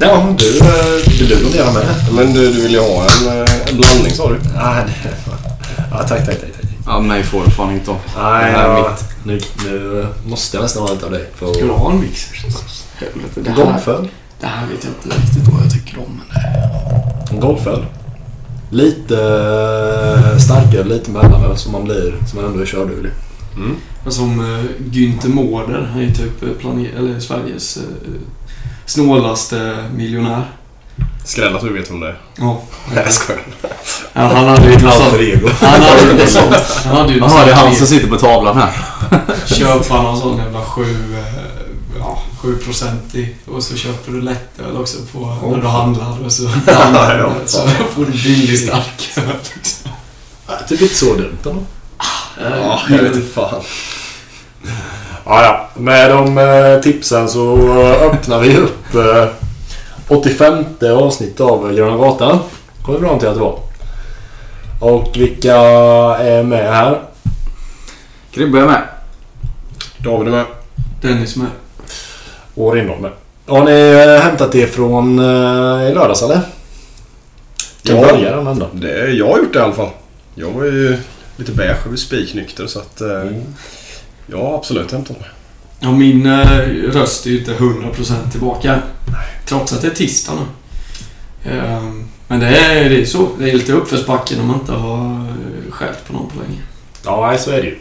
Ja, om du, eh, det är du kommer göra med det. Men du, du vill ju ha en, eh, en blandning sa du? Nej, det- ja, tack, tack, tack. tack. Ja, mig får du fan inte av. Nej, Det här är ja, nu, nu eh, måste jag nästan ha en av dig. För Ska du att... ha en mix? Helvete, det här, Golföl. det här vet jag inte riktigt vad jag tycker om. Men det... En golföl. Lite eh, starkare, lite mellanöl som man blir, som man ändå är körduglig. Men Som eh, Günther Mårder, han är ju typ eh, plane- eller Sveriges eh, snålaste miljonär. Skräll att du vet vem det är. Ja. Nej, jag skojar. Ja, han hade ju något sånt. ego. Han hade ju något sånt. Han hade ju något Jaha, sånt. det är han som sitter på tavlan här. Köpa någon sån jävla sju, eh, ja, 7-procentig och så köper du lättöl också på när du handlar och så, Ja, så får du billig starköl. liksom. Jag tycker Typ inte så dumt ändå. Ja, jag vet inte fan. Ja, ja. Med de eh, tipsen så eh, öppnar vi upp eh, 85 avsnitt av Gröna Gatan. Kommer vi fram till att det var. Och vilka är med här? Kribbe är med. David är med. Dennis med. Och Rindholm med. Har ni eh, hämtat det från eh, i lördags eller? Kan Ja. börja den ändå. Det, jag har gjort det i alla fall. Jag var ju lite beige och spiknykter så att... Eh, Jag har absolut hämtat mig. Ja, min eh, röst är ju inte 100% tillbaka. Trots att det är tisdag nu. Ehm, men det är, det är så. Det är lite uppförsbacke när man inte har eh, skällt på någon på länge. Ja, nej, så är det ju.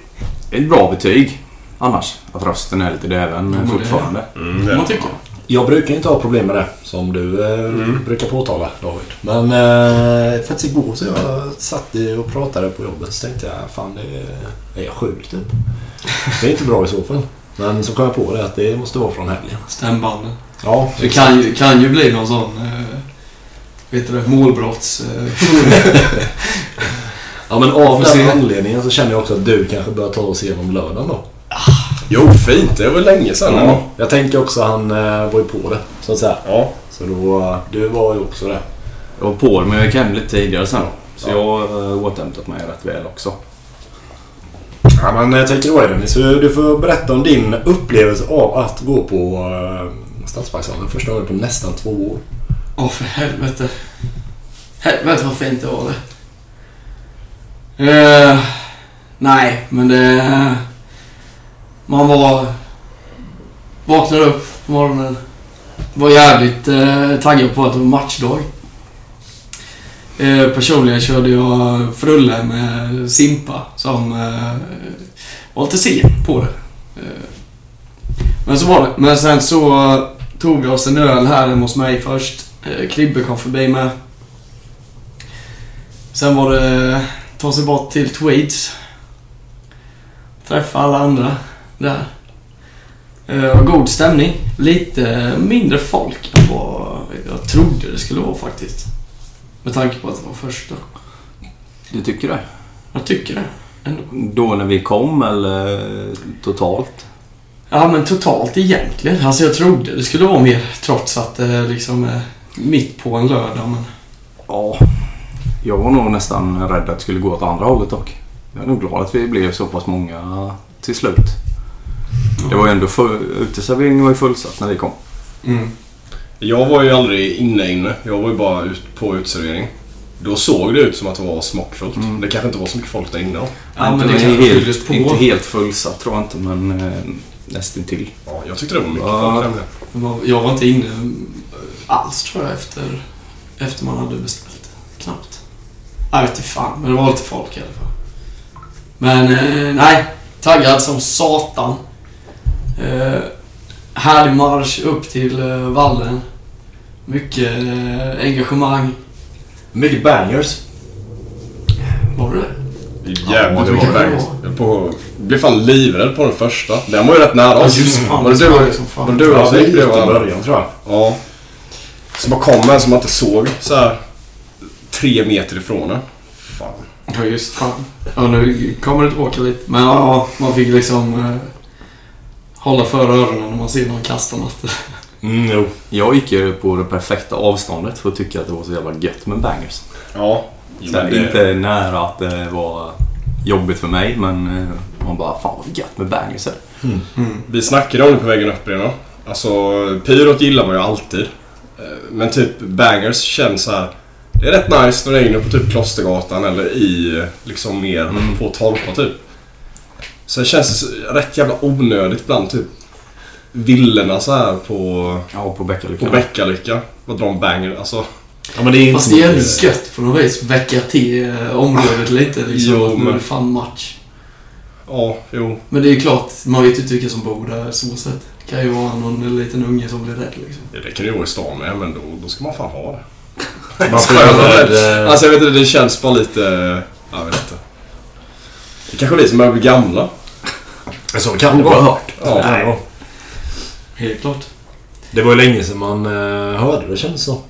Det är ett bra betyg. Annars. Att rösten är lite däven Ja, men det- fortfarande. Mm, Kan man det. tycka. Jag brukar inte ha problem med det som du eh, Mm. brukar påtala David. Men eh, faktiskt igår så jag satt i och pratade på jobbet så tänkte jag fan det är, är jag sjuk typ? Det är inte bra i så fall. Men så kom jag på det att det måste vara från helgen. Stämbanden. Ja, Det kan ju, kan ju bli någon sån... Eh, vet du det? Målbrotts... Eh, ja men av Får den se. anledningen så känner jag också att du kanske bör ta oss igenom lördagen då. Jo, fint. Det var länge sedan. Ja. Jag tänker också han eh, var ju på det så att säga. Ja. Så då, du var ju också det. Jag var på det, men jag gick hem lite tidigare sen. Så jag har eh, återhämtat mig rätt väl också. Ja, men jag tänker då är det. Så du får berätta om din upplevelse av att gå på eh, Stadsparkshallen första gången på nästan två år. Åh, för helvete. Helvete vad fint det var det. Eh, nej, men det... Man var... Vaknade upp på morgonen. Var jävligt eh, taggad på att det var matchdag. Eh, personligen körde jag Frulle med Simpa som eh, var lite sen på det. Eh, men så var det. Men sen så tog vi oss en öl här hemma hos mig först. Eh, Kribbe kom förbi med. Sen var det eh, ta sig bort till Tweeds. Träffa alla andra där. Eh, god stämning. Lite eh, mindre folk än vad jag trodde det skulle vara faktiskt. Med tanke på att det var första. Du tycker det? Jag tycker det. Ändå. Då när vi kom eller totalt? Ja men totalt egentligen. Alltså jag trodde det skulle vara mer trots att det eh, liksom eh, mitt på en lördag men... Ja. Jag var nog nästan rädd att det skulle gå åt andra hållet dock. Jag är nog glad att vi blev så pass många till slut. Det var ju ändå full, uteserveringen var ju fullsatt när vi kom. Mm. Jag var ju aldrig inne inne. Jag var ju bara ut på uteservering. Då såg det ut som att det var smockfullt. Mm. Det kanske inte var så mycket folk där inne. då. Ja, men inte, liksom det kan helt, fylldes på. inte helt fullsatt tror jag inte men eh, nästintill. Ja, jag tyckte det var mycket Ja. folk nämligen. Det var- Jag var inte inne alls tror jag efter, efter man hade beställt. Knappt. Jag vet inte fan, men det var lite folk i alla fall. Men eh, nej, taggad som satan. Eh, härlig marsch upp till eh, vallen. Mycket eh, engagemang. Mycket bangers. Var det det? Det är Ja, Jävligt det mycket var det. berg. Jag höll på att- blev fan livrädd på den första. Den var ju rätt nära oss. fan, var det du, var var det som fan. det du Ja, som det är gick just i bredvid varandra? början tror jag. Ja. Så bara kom en som man inte såg så här tre meter ifrån en. Fan. Ja just fan. Ja nu kommer det tillbaka lite. Men ja, man fick liksom eh, hålla för öronen när man ser någon kasta något. Mm, jo. Jag gick ju på det perfekta avståndet för att tycka att det var så jävla gött med bangers. Ja. eh, Så här, Inte nära att det var jobbigt för mig men eh, man bara fan vad gött med bangers. här." Vi snackade om det på vägen upp redan. Alltså, pyrot gillar man ju alltid. Eh, Men typ bangers känns så här. Det är rätt nice när det är inne på typ Klostergatan eller i liksom mer Mm. på Torpa typ. Sen känns det så- rätt jävla onödigt bland typ villorna så här på, Ja, på på Bäckalyckan. Bäckalycka. Vad drar de banger? Alltså, Ja, men det är inte Fast så det är mycket- ändå gött på något vis. Väcka till eh, området lite liksom. Jo, att nu är men- det fan match. ja, jo. Men det är ju klart, man vet ju inte vilka som bor där så sett. Det kan ju vara någon liten unge som blir rädd liksom. Ja, Det kan ju vara i stan med, men då, då ska man fan ha det. Man får ju vara rädd, eh, Alltså jag vet inte, det känns bara lite... Jag vet inte. Det kanske är vi som börjar bli gamla. Alltså, Så kan det vara. Oerhört. Ja. Ja. det var- Helt klart. Det var ju länge sedan man eh, hörde det kändes så.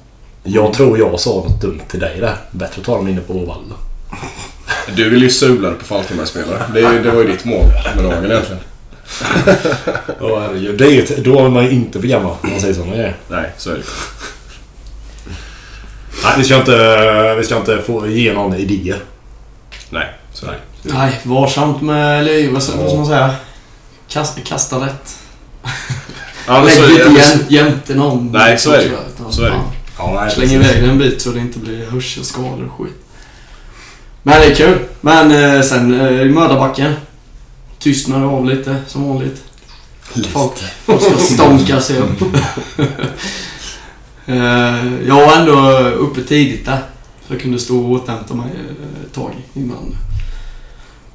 Jag tror jag sa något dumt till dig där. Bättre att ta dem inne på Valla. Du vill ju sula dig på Falkenbergsspelare. Det, är- det var ju ditt mål med dagen egentligen. Ja, herregud. Det är ju ett, då är man ju inte för gammal om man säger sådana grejer. Nej, så är det Nej, vi ska inte, eh, vi ska inte få ge någon idéer. Nej, så är det Nej, varsamt med, eller vad ska vad ska man säga? Kasta, kasta rätt. ja, men Lägg så är inte det. jäm, jämte någon. Nej, så är det ju. Utan Så är det ju. fan, Ja, nej, Släng precis. iväg den en bit så det inte blir hörselskador och skit. Men det är kul. Men eh, sen eh, mördarbacken. Tystnar av lite som vanligt. Folk, folk ska stånka sig upp. Eh, jag var ändå uppe tidigt där. Så jag kunde stå och återhämta mig eh, ett tag innan.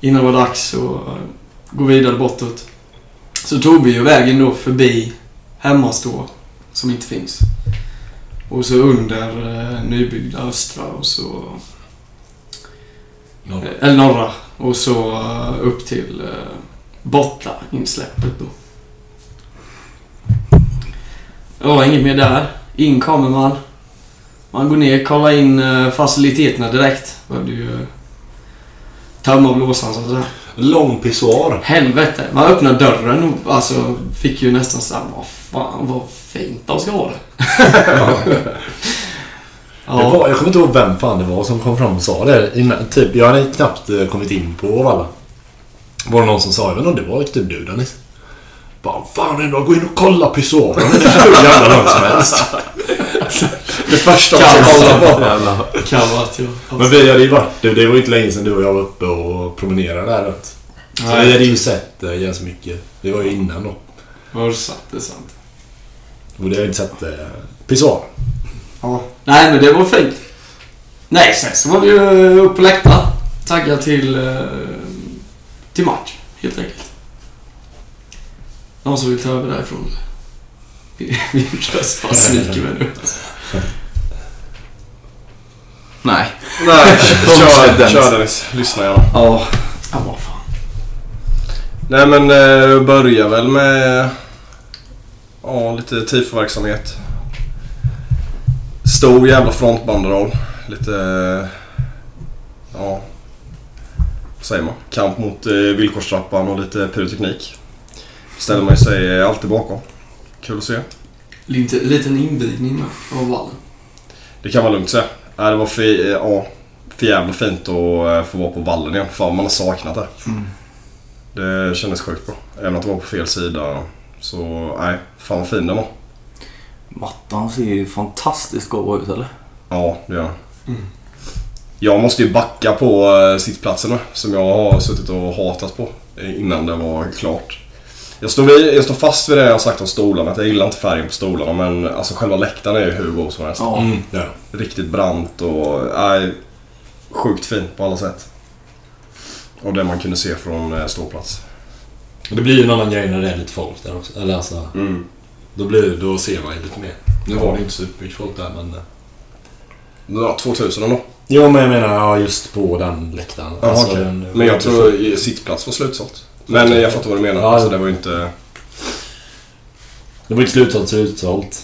Innan det var dags att eh, gå vidare bortåt. Så tog vi ju vägen då förbi Hemmastå, som inte finns. Och så under eh, nybyggda Östra och så... Ja. eh, Eller norra. Och så eh, upp till eh, Bottla, insläppet då. Ja, inget mer där. In kommer man. Man går ner, kollar in eh, faciliteterna direkt. Behövde ju eh, tömma blåsan så att säga. Lång pissoar. Helvete. Man öppnar dörren och alltså, fick ju nästan såhär, vad fan vad fint de ska ha det. Det ja, var, jag kommer inte ihåg vem fan det var som kom fram och sa det. Innan, typ, jag hade knappt eh, kommit in på Valla. Var det någon som sa, jag vet inte om det var typ du Dennis. Bara, fan ändå, gå in och kolla pissoaren. Det är hur jävla långt som helst. Det första man ska kolla på. Jävlar. kan vara att jag... Men vi hade ju varit, det det var ju inte länge sedan du och jag var uppe och promenerade där runt. Så Nej. vi hade ju sett det ganska mycket. Det var ju innan då. Ja, det är sant. Det är sant. Och det har jag inte sett eh, pissoar. Ja. Nej, men det var fint. Nej, sen så var det ju eh, upp på läktaren. Taggad till, eh, till match, helt enkelt. Någon som vill ta över därifrån. Min röst bara sviker mig nu. Nej. Nej, Konstigt, kör, Dennis. kör Dennis. Lyssna gärna. Ja. Ja, vad fan. Nej men eh, börja väl med ja, lite tifo-verksamhet. Stor jävla frontbanderoll. Lite... eh, Ja... Vad säger man? Kamp mot eh, villkorstrappan och lite pyroteknik. Ställer man ju sig eh, alltid bakom. Kul att se. Lite, liten invigning med av vallen. Det kan man lugnt säga. Nej, det var för, eh, ja, för jävla fint att eh, få vara på vallen igen. Fan, man har saknat det. Mm. Det kändes sjukt bra. Även att det var på fel sida. Så nej, fan vad fin den var. Mattan ser ju fantastiskt god ut eller? Ja, det gör den. Mm. Jag måste ju backa på eh, sittplatserna som jag har suttit och hatat på eh, innan det var klart. Jag står, vid, jag står fast vid det jag sagt om stolarna, att jag gillar inte färgen på stolarna men alltså själva läktaren är ju hur god som helst. Ja. Mm. Ja. Riktigt brant och nej, sjukt fint på alla sätt. Och det man kunde se från eh, ståplats. Men Det blir ju en annan grej när det är lite folk där också. Eller alltså, Mm. då, blir, då ser man ju lite mer. Nu var det ju inte supermycket folk där men... eh. Ja, 2000 ändå. Jo men jag menar ja, just på den läktaren. Jaha, Alltså, okej. den- Men jag tror sittplats var slutsålt. Men eh, jag fattar vad du menar. Ja, Alltså, ja. det var ju inte... Det var inte slutsålt så det är utsålt.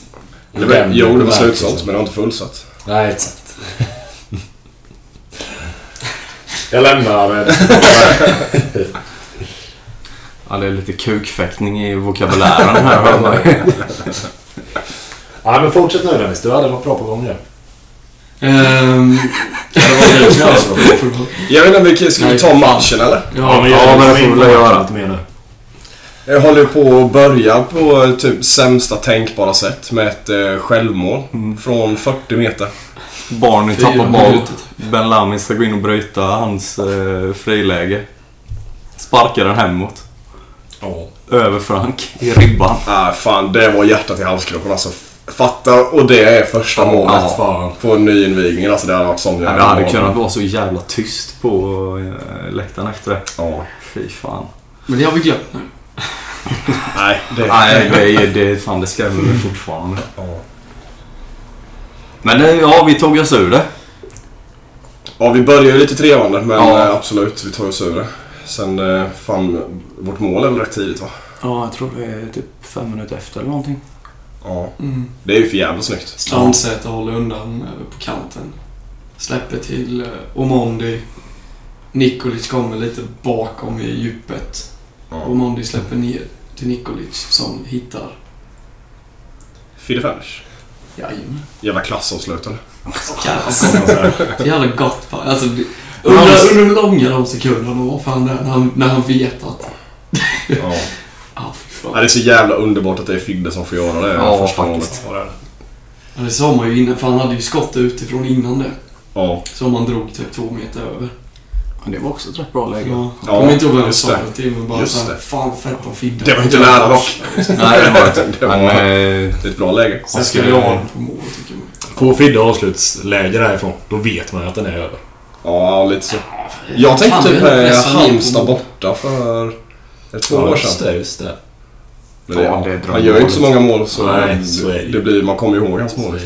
Det var, Den- jo, det liksom. var den- slutsålt men det var inte fullsatt. Nej, exakt. jag lämnar det. ja, det är lite kukfäktning i vokabulären här hör man. Nej men fortsätt nu Dennis. Du hade varit bra på gång det. Ehm, Jag vet inte, vi kan- ska vi Nej, ta matchen eller? ja, Ja, gör det. men det får vi väl göra. Lite mer nu. Jag håller på att börja på eh, typ sämsta tänkbara sätt med ett eh, självmål Mm. från 40 meter. Barney Fyra tappar boll. minuter. Ben Lamy ska gå in och bryta hans eh, friläge. Sparkar den hemåt. Ja. Över Frank i ribban. Ah, fan, det var hjärtat i halsgropen alltså. Fatta, och det är första målet Ja, fan. på nyinvigningen. Alltså det hade varit sån Ja, det hade kunnat vara så jävla tyst på eh, läktaren efter det. Ja. Fy fan. Men det har vi glömt nu. Nej, det... Nej, det, är- det, är fan, det skrämmer mig fortfarande. Ja. Men eh, ja, vi tog oss ur det. Ja, vi börjar ju lite trevande, men Ja. eh, absolut, vi tar oss ur det. Sen, eh, fan, vårt mål är väl rätt tidigt va? Ja, jag tror det är typ fem minuter efter eller någonting. Ja. Mm. Det är ju för jävla snyggt. Strandsäter håller undan eh, på kanten. Släpper till eh, Omondi. Nikolic kommer lite bakom i djupet. Ja. Omondi släpper ner till Nikolic som hittar. Fidde Fenders. Jajamän. Jävla klassavslutare. Kass. Så jävla gott fan. Alltså, det- Men han- undrar undrar hur långa de sekunderna var fan där när han, när han vet att... Ja. Ah, fy fan. Ja, det är så jävla underbart att det är Fidde som får göra det Ja, första faktiskt. målet. Ja, det sa man ju innan, för han hade ju skott utifrån innan det. Ja. Som han drog typ två meter över. Men det var också ett rätt bra läge. Ja. Ja, Jag kommer inte ihåg vem som just sa det. det till men bara Just såhär, det. fan fett om Fidde. Det var inte nära dock. Nej, det var inte. Det var- Men, eh, Det är ett bra läge. Sen ska vi ha honom på mål tycker man. Får Fidde avslutsläge därifrån, då vet man att den är över. Ja, lite så. Jag tänkte Fan, typ vi hade eh, pressat ner på Halmstad mål. borta för ett två år just sedan. det, just det. Men det, Ja, det är ett han gör ju inte så drömmål. många mål så, Nej, så är det det, ju. blir, man kommer ju ihåg hans mål.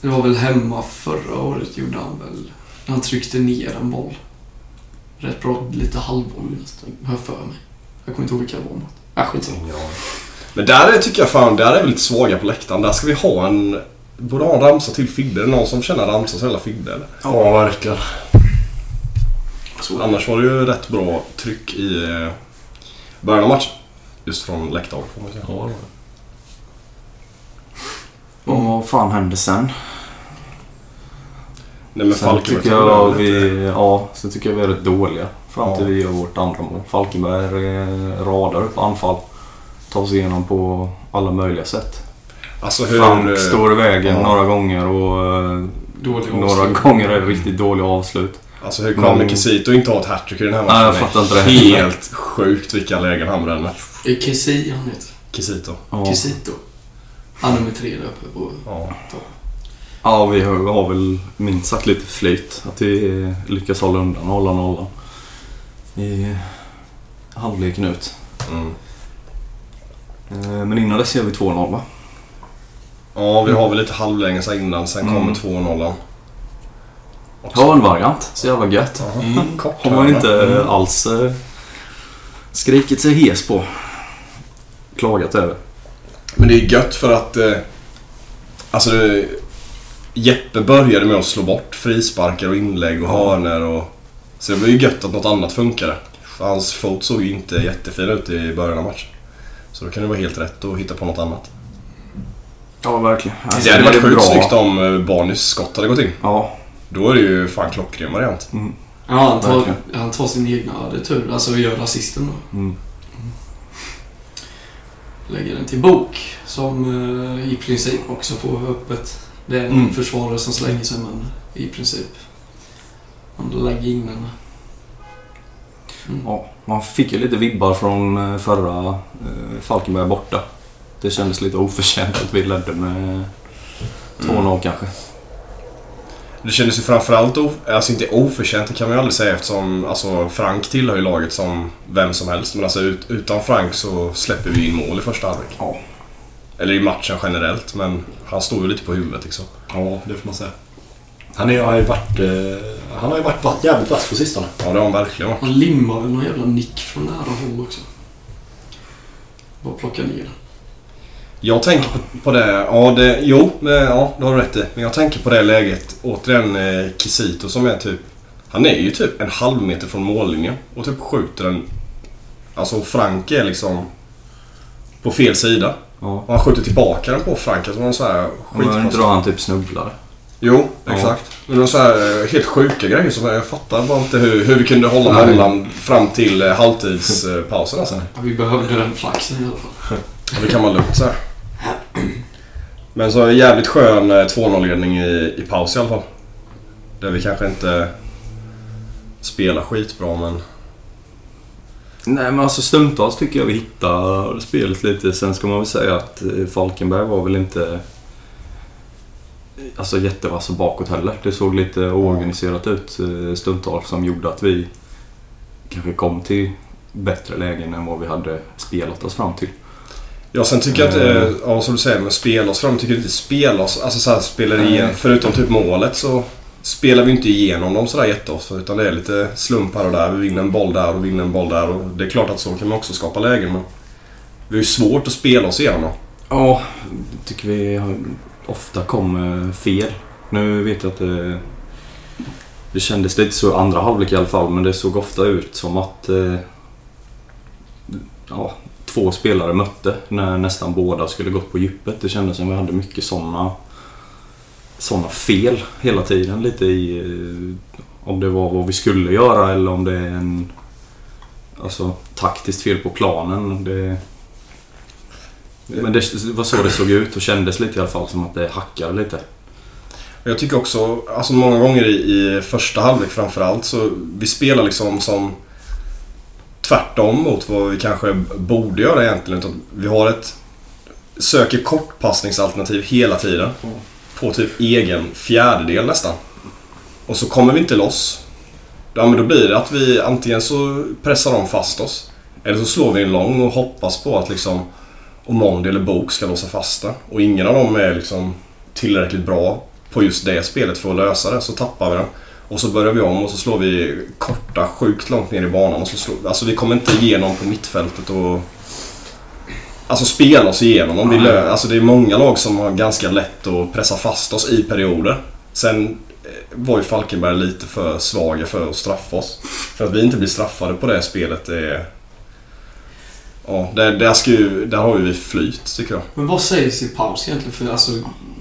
Det var väl hemma förra året gjorde han väl. När han tryckte ner en boll. Rätt bra, lite halvboll nästan, har jag för mig. Jag kommer inte ihåg vilka det var mot. Äh, skitsamma. Men där är, tycker jag fan, där är vi lite svaga på läktaren. Där ska vi ha en... Borde ha en ramsa till Fidde. Är det någon som känner ramsa så jävla Fidde eller? Ja, verkligen. Annars var det ju rätt bra tryck i eh, början av matchen. Just från läktaren får man säga. Ja, vad fan hände sen? Nej men Sen Falkenberg tycker tog jag över lite. vi, ja, sen tycker jag vi är rätt dåliga fram till Ja. vi gör vårt andra mål. Falkenberg eh, radar upp anfall. Tar sig igenom på alla möjliga sätt. Alltså hur... eh, Frank står i vägen ja. några gånger och eh, Dålig några avslut. gånger är det riktigt dåliga avslut. Alltså hur kommer Men- Kisito inte ha ett hattrick i den här matchen? Nej, jag Det är fattar inte det. Helt sjukt vilka lägen han bränner. Det är Kessi Eh, han heter. Kisito. Ja, Kesito. Han nummer tre där uppe på Ja. topp. ja vi har, har väl minst sagt lite flyt. Att vi eh, lyckas hålla undan och hålla nollan i eh, halvleken ut. Mm. Eh, Men innan dess gör vi 2-0 va? ja, vi har väl lite halvlänge sen innan. Sen Mm. kommer 2-0. Också. Hörnvariant, så jävla gött. Jaha. Mm. Kort Har man hörna. inte alls eh, skrikit sig hes på. Klagat över. Men det är gött för att... Eh, alltså... det- Jeppe började med att slå bort frisparkar och inlägg och hörner och... Så det var ju gött att något annat funkade. För hans fot såg ju inte jättefin ut i början av matchen. Så då kan det vara helt rätt att hitta på något annat. Ja, verkligen. det hade varit sjukt snyggt om eh, Barnys skott hade gått in. Ja, Då är det ju fan klockren variant. Ja, han tar, Verkligen. han tar sin egna retur, alltså och gör assisten då. mm. Lägger den till Bok som eh, i princip också får öppet. Det är en Mm. försvarare som slänger sig men i princip. Han lägger in den. Mm. ja. Man fick ju lite vibbar från eh, förra eh, Falkenberg borta. Det kändes lite oförtjänt att vi ledde med 2-0 kanske. Det kändes ju framförallt of- alltså inte oförtjänt, det kan man ju aldrig säga eftersom alltså, Frank tillhör ju laget som vem som helst. Men alltså ut- utan Frank så släpper vi in mål i första halvlek. Ja. Eller i matchen generellt, men han står ju lite på huvudet liksom. ja det får man säga. Han, är, har ju varit, eh, han har ju varit va- jävligt vass på sistone. Ja, det har han verkligen varit. Han limmar väl någon jävla nick från nära håll också. Bara plocka ner den. Jag tänker på, på det, ja det, jo, men, ja det har du rätt i. Men jag tänker på det läget, återigen eh, Kisito som är typ, han är ju typ en halv meter från mållinjen och typ skjuter den, alltså Frank är liksom på fel sida. Ja. Och han skjuter tillbaka den på Frank, alltså var så här Men skitfast. drar han typ snubblar. Jo, Ja. exakt. Men det var så här eh, helt sjuka grejer som jag fattar bara inte hur, hur vi kunde hålla Nej. nollan fram till eh, halvtidspausen alltså. Ja, vi behövde den flaxen i alla fall. Ja, det kan man lugnt säga. Men så en jävligt skön eh, 2-0-ledning i, i paus i alla fall. Där vi kanske inte spelar skitbra men... Nej men alltså stundtals tycker jag vi hittar spelet lite. Sen ska man väl säga att eh, Falkenberg var väl inte eh, alltså, jättevassa bakåt heller. Det såg lite oorganiserat ut eh, stundtals som gjorde att vi kanske kom till bättre lägen än vad vi hade spelat oss fram till. Ja, sen tycker jag att, Mm. eh, ja, som du säger, men spela oss fram. Tycker inte spela oss, alltså så här spelar Nej. igen. Förutom typ målet så spelar vi inte igenom dem sådär jätteofta. Utan det är lite slump här och där. Vi vinner en boll där och vinner en boll där. Och det är klart att så kan man också skapa lägen men... Vi har ju svårt att spela oss igenom dem. Ja, tycker vi har- ofta kommer fel. Nu vet jag att det, det kändes lite så i andra halvlek i alla fall, men det såg ofta ut som att eh, ja, två spelare mötte när nästan båda skulle gått på djupet. Det kändes som vi hade mycket sådana såna fel hela tiden. Lite i eh, om det var vad vi skulle göra eller om det är en alltså, taktiskt fel på planen. Det, men det var så det såg ut och kändes lite i alla fall som att det hackade lite. Jag tycker också, alltså många gånger i, i första halvlek framförallt så vi spelar liksom som tvärtom mot vad vi kanske borde göra egentligen. Utan vi har ett, söker kortpassningsalternativ hela tiden. Mm. På typ egen fjärdedel nästan. Och så kommer vi inte loss. Ja men då blir det att vi antingen så pressar de fast oss. Eller så slår vi en lång och hoppas på att liksom Omondi eller Bok ska låsa fast det. Och ingen av dem är liksom tillräckligt bra på just det spelet för att lösa det. Så tappar vi den. Och så börjar vi om och så slår vi korta sjukt långt ner i banan. Och så slår, alltså vi kommer inte igenom på mittfältet och... Alltså spela oss igenom dem. Vi lö, alltså det är många lag som har ganska lätt att pressa fast oss i perioder. Sen eh, var ju Falkenberg lite för svaga för att straffa oss. För att vi inte blir straffade på det spelet är... Ja, där, där, ska ju, där har ju vi flyt tycker jag. Men vad sägs i paus egentligen? För alltså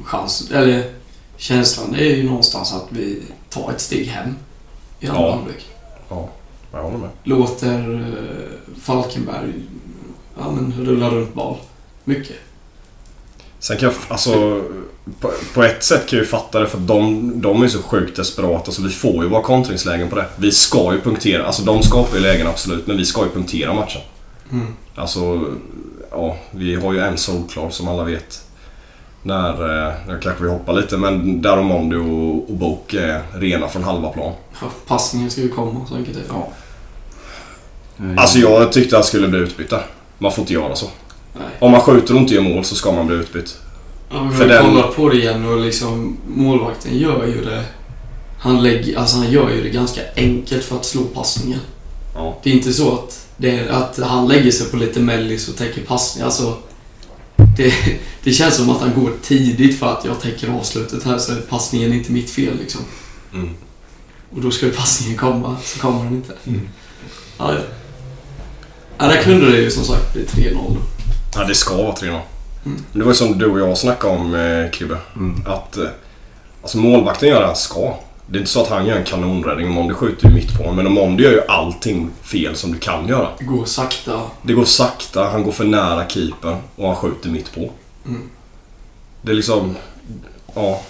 chans, eller känslan är ju någonstans att vi tar ett steg hem i andra Ja. halvlek. Jag håller med. Låter eh, Falkenberg ja, men, rulla runt boll. Mycket. Sen kan jag, alltså, på, på ett sätt kan jag ju fatta det för att de, de är ju så sjukt desperata så vi får ju våra kontringslägen på det. Vi ska ju punktera, alltså de skapar ju lägen absolut men vi ska ju punktera matchen. Alltså, ja, vi har ju en solklar som alla vet. När, eh, nu kanske vi hoppar lite men där Omondi och, och Bok är rena från halva plan. Ja, Passningen ska ju komma, så enkelt är det. Ja. Mm. Alltså jag tyckte han skulle bli utbytt där. Man får inte göra så. Nej. Om man skjuter och inte gör mål så ska man bli utbytt. Ja, vi För har den- kollat på det igen och liksom målvakten gör ju det. Han, lägger, alltså han gör ju det ganska enkelt för att slå passningen. Ja. Det är inte så att, det är, att han lägger sig på lite mellis och täcker passningar. Alltså, det, det känns som att han går tidigt för att jag täcker avslutet här så är passningen inte mitt fel liksom. Mm. Och då ska ju passningen komma, så kommer den inte. Mm. Ja, ja. ja, där kunde det ju som sagt bli 3-0 då. Ja, det ska vara 3-0. Mm. Men det var ju som du och jag snackade om, eh, Kribbe. Mm. Att eh, alltså målvakten gör det han ska. Det är inte så att han gör en kanonräddning. Mondi skjuter ju mitt på honom. Men Mondi gör ju allting fel som du kan göra. Det går sakta. Det går sakta, han går för nära keepern och han skjuter mitt på. Mm. Det är liksom... Ja,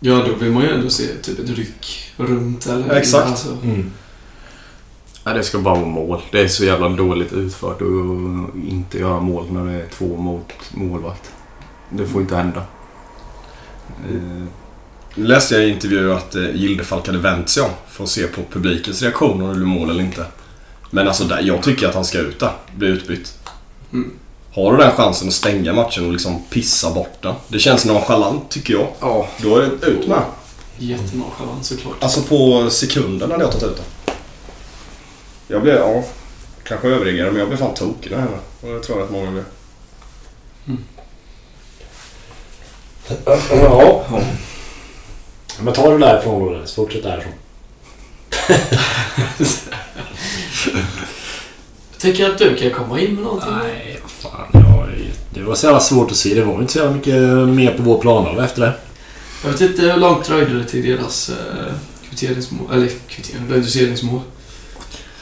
Ja, då vill man ju ändå se typ ett ryck runt eller... Ja, exakt. Alltså, Mm. Nej, det ska bara vara mål. Det är så jävla dåligt utfört och inte göra mål när det är två mot målvakt. Det får inte hända. Eh, Nu läste jag i intervju att eh, Gildefalk hade vänt sig om för att se på publikens reaktion om det blev mål eller inte. Men alltså, där, jag tycker att han ska ut där. Bli utbytt. Mm. Har du den chansen att stänga matchen och liksom pissa bort den? Det känns nonchalant tycker jag. Ja, Då är det ut med. jättenonchalant såklart. Alltså på sekunden hade jag tagit ut den. Jag blev, ja, kanske överreagerad men jag blev fan tokig där hemma. Och det tror jag att många blev. Ja. Men ta det därifrån då Dennis. Fortsätt därifrån. Jag tänker att du kan komma in med någonting. Nej, fan. Jag, det var så jävla svårt att se. Det var inte så jävla mycket mer på vår planhalva efter det. Jag vet inte hur långt dröjde det till deras eh, kvitteringsmål, eller kvittering, reduceringsmål.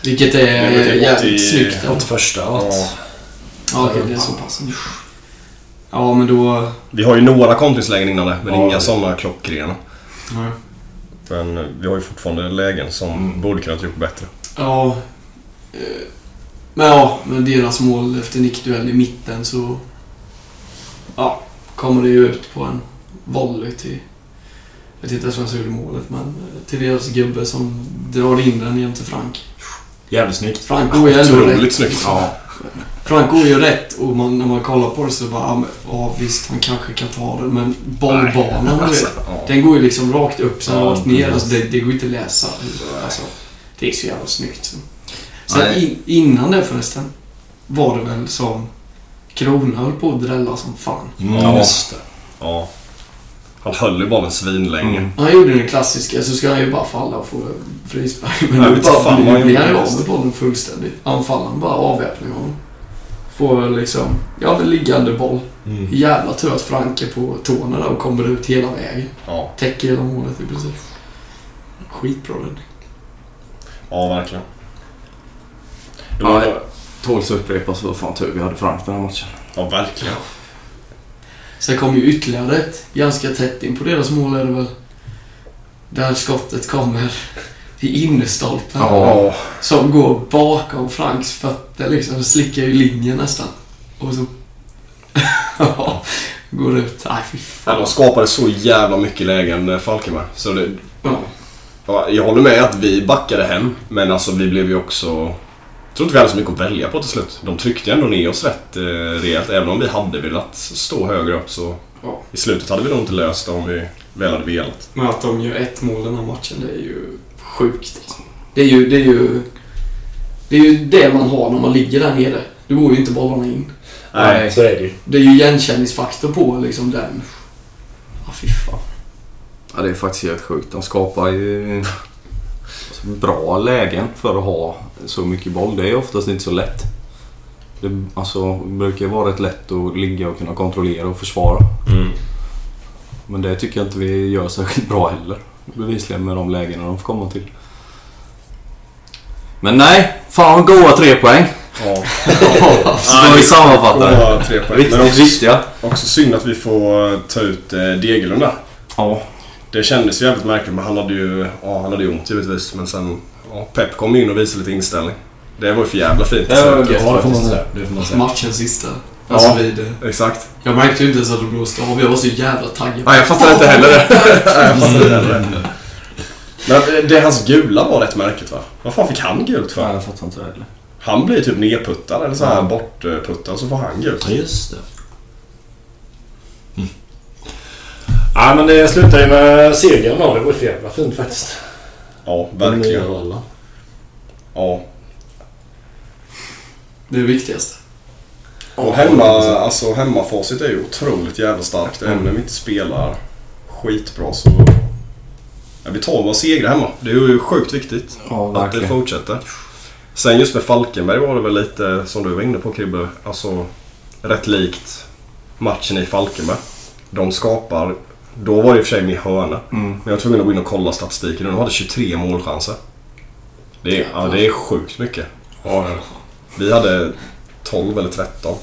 Vilket är Det är jävligt 80 snyggt. ändå. Åt första Ja. åt. Ja, okej, det är så pass. Ja, men då... Vi har ju några kontringslägen innan det, men Ja. inga sådana klockrena. Nej. Men eh, vi har ju fortfarande lägen som Mm. borde kunnat gjort bättre. Ja. eh, Men ja, med deras mål efter nickduell i mitten så... Ja, kommer det ju ut på en volley till... Jag vet inte ens vem som gjorde målet, men eh, till deras gubbe som drar in den jämte Frank. Jävligt snyggt. Frank går ju ändå Otroligt rätt. snyggt. Ja. Frank går ju rätt och man, när man kollar på det så bara, ja, men, ja visst han kanske kan ta den, men bollbanan du Alltså, vet. ja. Den går ju liksom rakt upp, sen Ja, rakt ner. precis. Alltså, det, det går inte att läsa. Alltså, det är så jävla snyggt. Så. Sen Nej. in, innan det förresten var det väl som Krona höll på att drälla som fan. Mm, Ja. just det. Ja. Han höll ju bollen svinlänge. Mm. Han gjorde den klassiska, så ska han ju bara falla och få frispark. Men Nej, nu vet inte bara fan vad han blir blir han ju gjorde av med bollen fullständigt. Anfallaren bara avväpnar honom. Får liksom, ja men liggande boll. Mm. Jävla tur att Frank är på tårna där och kommer ut hela vägen. Ja. Täcker hela målet i princip. Skitbra räddning. ja, verkligen. Det Ja, var, det- Tåls att upprepas vad fan tur vi hade Frank den här matchen. ja, verkligen. Sen kom ju ytterligare ett ganska tätt in på deras mål är det väl. Där skottet kommer i innerstolpen. Ja. Ja. Som går bakom Franks fötter liksom. Det slickar ju linjen nästan. Och så... Ja, går ut. Nej, fy Ja, fan. de skapade så jävla mycket lägen, eh, Falkenberg. Så det, Ja. ja, jag håller med att vi backade hem, men alltså vi blev ju också... Jag tror inte vi hade så mycket att välja på till slut. De tryckte ändå ner oss rätt eh, rejält, även om vi hade velat stå högre upp så... Ja. I slutet hade vi nog inte löst det om vi väl hade velat. Men att de gör ett mål den här matchen, det är ju sjukt. alltså. Det är ju det, är ju, det, är ju det man har när man ligger där nere. Då går ju inte bollarna in. Nej. Så är det ju. Det är ju igenkänningsfaktor på liksom den. Ja, fy fan. Ja, det är faktiskt helt sjukt. De skapar ju alltså, bra lägen för att ha så mycket boll. Det är oftast inte så lätt. Det alltså, brukar vara rätt lätt att ligga och kunna kontrollera och försvara. Men det tycker jag inte vi gör särskilt bra heller. Bevisligen med de lägena de får komma till. Men nej, fan goa tre poäng. Ja. Ska vi sammanfatta det? Ja, tre poäng. Men Riktigt också, viktiga. också synd att vi får ta ut eh, Degerlund där. Ja. Det kändes ju jävligt märkligt men han hade ju, ja, han hade ju ont givetvis. Men sen, ja, Pep kom in och visade lite inställning. Det var ju för jävla fint. Det var Så- gött. Ja, det får man säga. Det får man säga. Matchen Alltså, sista. Ja. Alltså vid, eh, Exakt. jag märkte ju inte ens att det blåste av. Jag var så jävla taggad. Nej, jag fattar inte heller det. Nej, jag fattar inte heller det. Men det, det hans gula var rätt märkligt va? Vad fan fick han gult Nej, för? jag fattar inte det heller. Han blir typ nedputtad eller så här Ja. bortputtad så får han gult. Ja, Just det. Mm. Ja, men det slutar ju med segern då. Det var ju för jävla fint faktiskt. Ja, Den nya eh, verkligen. rollen. Ja. Det är det viktigaste. Och hemma, alltså hemmafacit är ju otroligt jävla starkt. Mm. Även om vi inte spelar skitbra så... Ja, vi tar våra segrar hemma. Det är ju sjukt viktigt Ja, att det verkligen. fortsätter. Sen just med Falkenberg var det väl lite, som du var inne på Kribbe, alltså rätt likt matchen i Falkenberg. De skapar, då var det i och för sig min hörna, Mm. men jag var tvungen att gå in och kolla statistiken och de hade 23 målchanser. Det är, ja, det är sjukt mycket. Ja, Vi hade 12 eller 13.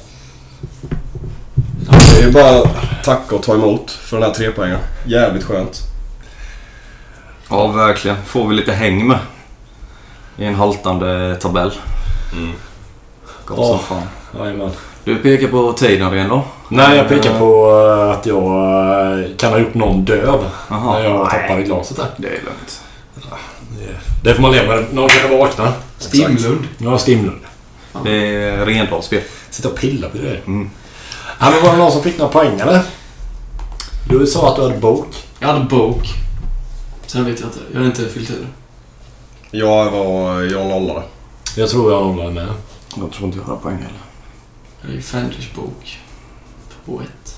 Det är bara att tacka och ta emot för den här trepoängaren. Jävligt skönt. Ja, verkligen. Får vi lite häng med. I en haltande tabell. Mm. Gott Ja. som fan. ja. Jajamän. Du pekar på tiden redan då? Nej, jag pekar på eh, att jag eh, kan ha gjort någon döv Jaha. när jag tappade glaset där. Det är lugnt. Det får man leva med. Någon kan vakna. Stimlund. Ja, Stimlund. Det är rendalsspel. Sitta och pilla på grejer. Mm. Ja, men var det någon som fick några poäng eller? Du sa att du hade bok. Jag hade bok. Sen vet jag inte. Jag har inte fyllt i det. Jag var, jag nollade. Jag tror jag nollade med. Jag tror inte jag har poäng heller. Jag är ju Fenders bok. På ett.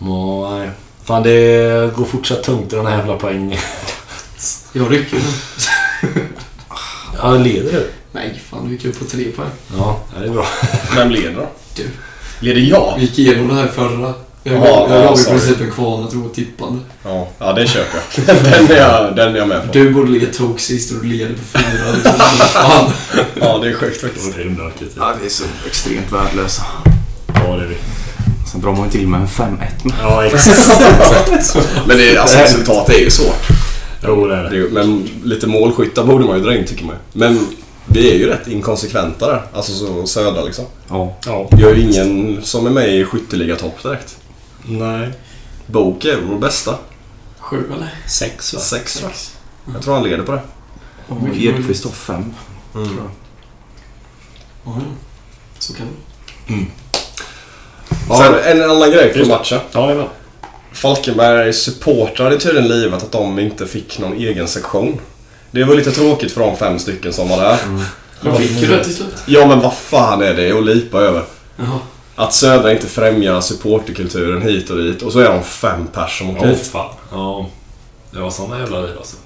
Ja, Nej. Fan, det går fortsatt tungt i den här jävla poängen. Jag rycker den. Ja, leder du? Nej, fan. Du gick upp på tre poäng. Ja, det är bra. Vem leder då? Du. Leder jag? Vi gick igenom det här förra. Jag Ja, gav, jag ja, gav i sorry. princip en kvar att det var tippande. Ja, ja det köper jag. Den är jag, den är jag med på. Du borde ligga tok sist och du leder på fyra. liksom. Fan. Ja, det är sjukt faktiskt. Det är himla kritik. Ja, vi är så extremt värdelösa. Ja, det är vi. Sen drar man ju till med en 5-1. med. Ja, exakt. Men det, är- alltså, resultatet är ju svårt. Jo, det är Det det. är ju- Men lite målskyttar borde man ju dra in tycker man ju. Men vi är ju rätt inkonsekventa där. Alltså så södra liksom. Ja. Ja. Vi har ju ingen som är med i skytteligatopp direkt. Nej. Boke är vår bästa. Sju eller? Sex, va? Sex tror jag. Jag tror han leder på det. Och Edqvist har 5. Mm. Ja, ja. Så kan det Ja. Sen en annan grej från Just det. matchen. Ja, jajamän. Falkenbergs supportrar hade tydligen livat att de inte fick någon egen sektion. Det var lite tråkigt för de fem stycken som var där. Mm. De fick ju det till slut. Ja men vad fan är det att lipa över? Jaha. Att Södra inte främjar supporterkulturen hit och dit och så är de fem pers som åker Åh, dit. fan. Typ. Ja. Det var såna jävla liv alltså.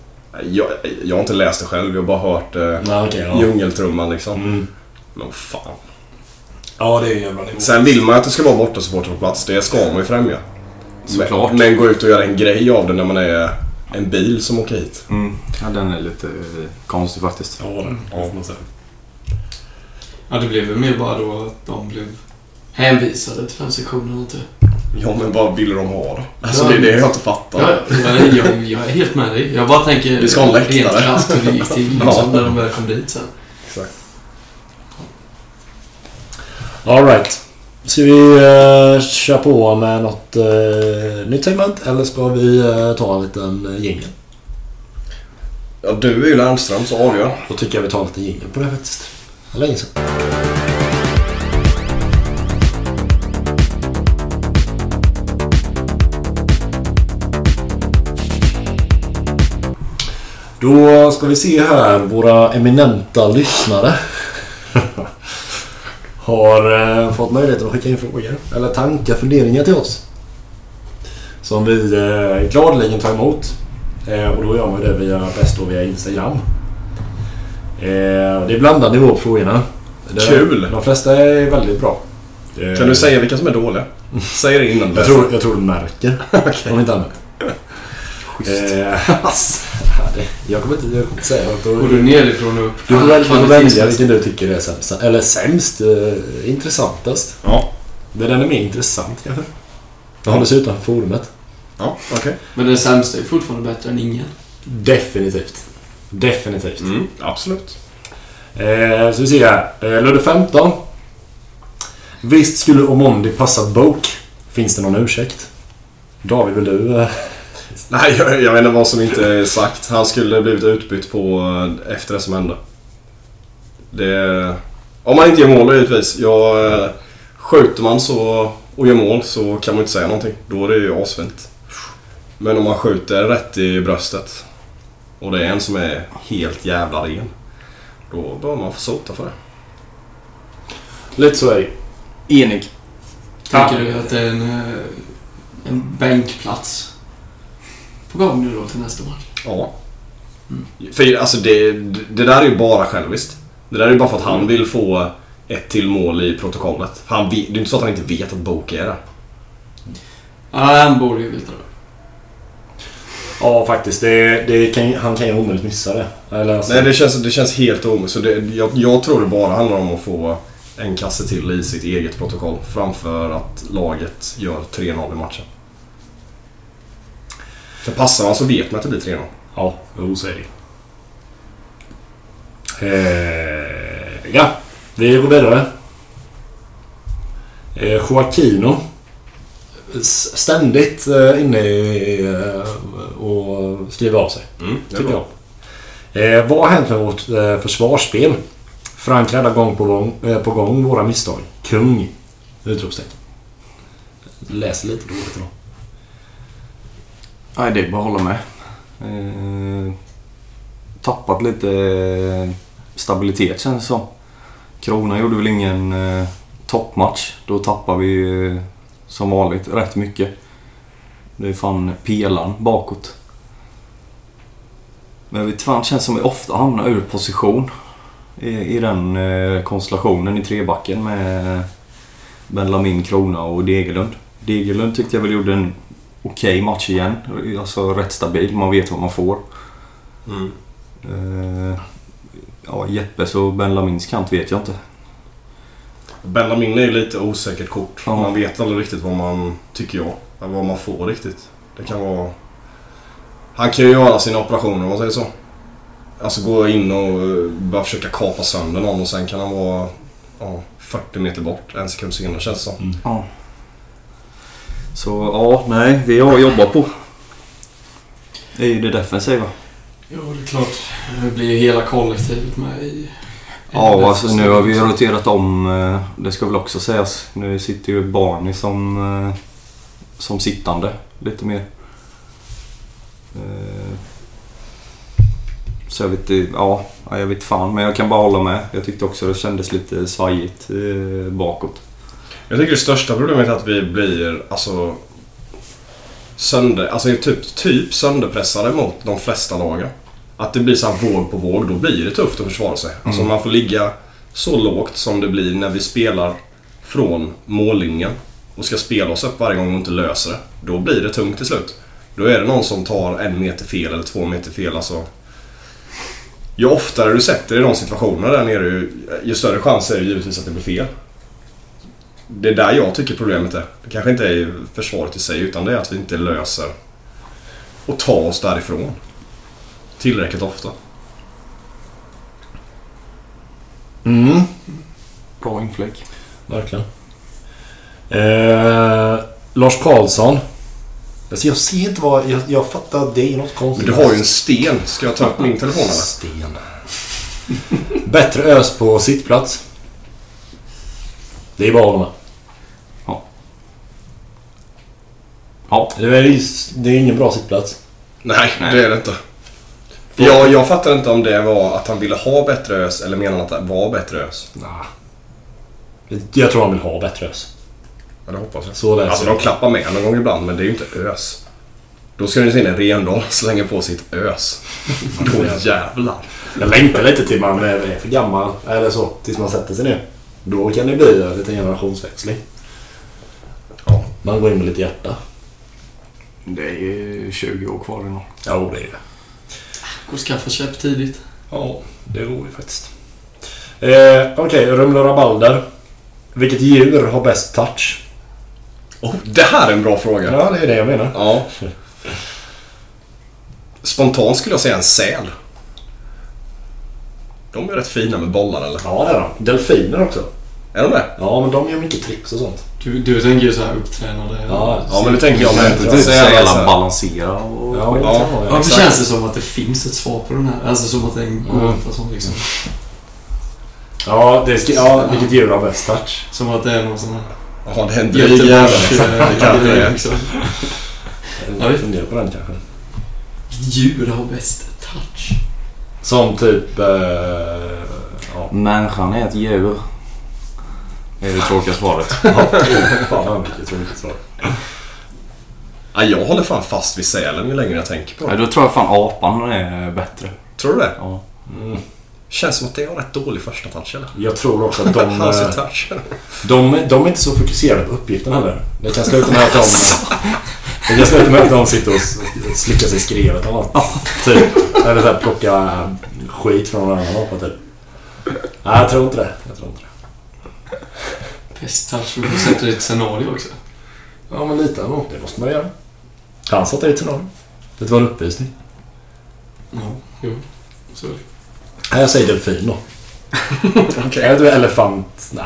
Jag, jag har inte läst det själv, jag har bara hört eh, Nej, okej. ja. djungeltrumman liksom. Mm. Men vad fan. Ja, det är en jävla nivå. Sen vill man att det ska vara bortasupportrar på plats, det ska man ju främja. Såklart. Men, men gå ut och göra en grej av det när man är en bil som åker hit. Mm. Ja, den är lite eh, konstig faktiskt. Ja, det, det får man säga. Ja, det blev väl mer bara då att de blev hänvisade till den sektionen och inte. Ja men vad vill de ha då? Alltså Ja. det är det jag inte fattar. Ja, ja, jag, jag, jag är helt med dig. Jag bara tänker Vi ska ha en läktare. rent krasst hur det gick till liksom, Ja. när de väl kom dit sen. Exakt. Alright. Ska vi eh, köra på med något eh, nytt segment eller ska vi eh, ta en liten jingel? Ja, du är ju Lernström så avgör. Då tycker jag vi tar en liten jingel på det faktiskt. Det var länge sedan. Då ska vi se här. Våra eminenta lyssnare har eh, fått möjligheten att skicka in frågor eller tankar, funderingar till oss. Som vi eh, gladeligen tar emot. Eh, och då gör man ju det via, bäst då via Instagram. Eh, det är blandad nivå på frågorna. Det- Kul! De flesta är väldigt bra. Eh, Kan du säga vilka som är dåliga? Säg det innan du Jag läser. tror, jag tror du märker. Om inte annat. Schysst. Eh, det, jag kommer inte, jag kommer inte säga något. Och du nerifrån och upp. Du får väl- du får välja Kvalitetsmässigt. vilken du tycker är sämst. Eller sämst, eh, intressantast. Ja. Det är den är mer intressant kanske. Den Ja. håller sig utanför forumet. Ja, okej. Men den sämsta är fortfarande bättre än ingen. Definitivt. Definitivt. Mm, absolut. Eh, så vi ser här. Eh, Ludde 15. Visst skulle Omondi passa Boke. Finns det någon ursäkt? David, vill du? Eh, Nej, jag, jag vet inte vad som inte är sagt. Han skulle blivit utbytt på eh, efter det som hände. Det... Om man inte gör mål givetvis. Jag, eh, skjuter man så, och gör mål så kan man inte säga någonting. Då är det ju asfint. Men om man skjuter rätt i bröstet och det är en som är helt jävla ren. Då bör man få sota för det. lite så är det ju. Enig. Ja. Tycker du att det är en, eh, en bänkplats på gång nu då till nästa match? Ja. För alltså det, det där är ju bara själviskt. Det där är ju bara för att han vill få ett till mål i protokollet. Han, vet- det är ju inte så att han inte vet att Boke är där. Ja, han borde ju veta det. Ja, faktiskt. Det, det kan, ju- han kan ju omöjligt missa det. Eller, alltså, Nej, det känns, det känns helt omöjligt. Så det, jag, jag tror det bara handlar om att få en kasse till i sitt eget protokoll framför att laget gör 3-0 i matchen. För passar man så vet man att det blir 3-0. Ja, jo så är det eh, Ja, vi går vidare. Eh, Joaquino. S- Ständigt eh, inne i, eh, och skriver av sig, Mm, det är tycker bra. jag. Eh, vad har hänt med vårt eh, försvarsspel? Frank räddar gång på gång, eh, på gång våra misstag. Kung! Utropstecken. Läser lite dåligt idag. Nej, det är bara att hålla med. Eh, tappat lite eh, stabilitet känns det som. Krona gjorde väl ingen eh, toppmatch. Då tappar vi eh, som vanligt rätt mycket. Det är fan pelan bakåt. Men vi fan känns som vi ofta hamnar ur position i, i den eh, konstellationen i trebacken med Ben Lamin, Krona eh, och Degerlund. Degerlund tyckte jag väl gjorde en okej match igen. Alltså rätt stabil, man vet vad man får. Mm. Eh, ja, Jeppes och Ben Lamins kant vet jag inte. Benjamin är ju lite osäkert kort. Ja. Man vet aldrig riktigt vad man, tycker jag, vad man får riktigt. Det kan vara... Han kan ju göra sina operationer om man säger så. Alltså gå in och eh, bara försöka kapa sönder någon och sen kan han vara ja, 40 meter bort en sekund senare känns det som. Ja. Så ja, nej, vi har att jobba på. Det är ju det defensiva. Jo, det är klart. Det blir ju hela kollektivet med i... i det Ja, alltså defensiva nu har vi ju också. roterat om. eh, Det ska väl också sägas. Nu sitter ju Barney som, eh, som sittande lite mer. Eh, Så jag vet inte- ja, ja, jag vet fan. Men jag kan bara hålla med. Jag tyckte också det kändes lite svajigt eh, bakåt. Jag tycker det största problemet är att vi blir alltså sönder, alltså typ, typ sönderpressade mot de flesta lagen. Att det blir så här våg på våg, då blir det tufft att försvara sig. Alltså man får ligga så lågt som det blir när vi spelar från mållinjen och ska spela oss upp varje gång och inte löser det. Då blir det tungt till slut. Då är det någon som tar en meter fel eller två meter fel. Alltså. Ju oftare du sätter dig i de situationerna där nere, ju, ju större chans är det givetvis att det blir fel. Det är där jag tycker problemet är. Det kanske inte är försvaret i sig utan det är att vi inte löser och tar oss därifrån. Tillräckligt ofta. Mm. Bra infläck. Verkligen. Eh, Lars Karlsson. Alltså jag ser inte vad... Jag, jag fattar att det är något Men konstigt. du har ju en sten. Ska jag ta upp min telefon eller? Sten. Bättre ös på sittplats. Det är bara att hålla med. Ja. Det är, ju- det är ingen bra sittplats. Nej, det är det inte. Jag, jag fattar inte om det var att han ville ha bättre ös eller menade att det var bättre ös. Jag tror han vill ha bättre ös. Ja, det hoppas jag. Så läser Alltså jag. de klappar med någon gång ibland men det är ju inte ös. Då ska ni se när Rendal slänger på sitt ös. Då jävlar. Jag längtar lite till man är för gammal eller så. Tills man sätter sig ner. Då kan det bli en liten generationsväxling. Ja. Man går in med lite hjärta. Det är ju 20 år kvar innan. Jo, det är det. Gå och skaffa käpp tidigt. Ja, det går ju faktiskt. Eh, Okej, Rumle Rabalder. Vilket djur har bäst touch? Oh, det här är en bra fråga. Ja, det är det jag menar. Ja. Spontant skulle jag säga en säl. De är rätt fina med bollar eller? Ja, det är de. Delfiner också. Är de det? Ja, men de gör mycket trips och sånt. Du, du tänker ju såhär upptränade... Ja, Ja, men det tänker jag med. Inte Det är så jävla ball. balansera och... Ja, Ja. ja. ja. Varför exakt. känns det som att det finns ett svar på den här? Alltså som att det är en Mm. gåta som liksom... ja, det ska, ja vilket djur har bäst touch? Som att det är någon sån här... Ja, det är en dryg Göteborgs... jävel. eh, Det kanske det är. liksom. Jag funderar på den kanske. Djur har bäst touch. Som typ... Eh, ja. Människan är ett djur. Är det tråkiga svaret. Fan, vilket tråkigt svar. Ja, jag håller fan fast vid sälen ju längre jag tänker på det. Ja, då tror jag fan apan är bättre. Tror du det? Ja. Känns som att det har rätt dålig första touch eller? Jag tror också att de... Housey eh, touch. De, de är inte så fokuserade på uppgiften heller. Det kan sluta med att de... Det kan sluta med att de sitter och s- slickar sig i skrevet eller något. Typ. Eller såhär plocka eh, skit från någon annan apa typ. Nej, jag tror inte det. Jag tror inte det. Bäst touch. Men du sätter ett scenario också. Ja, men lite ändå. Det måste man göra. Han satte dit sin arm. Det var en uppvisning. Ja, jo. Så är det. Nej, jag säger delfin då. Är du elefant? Nej.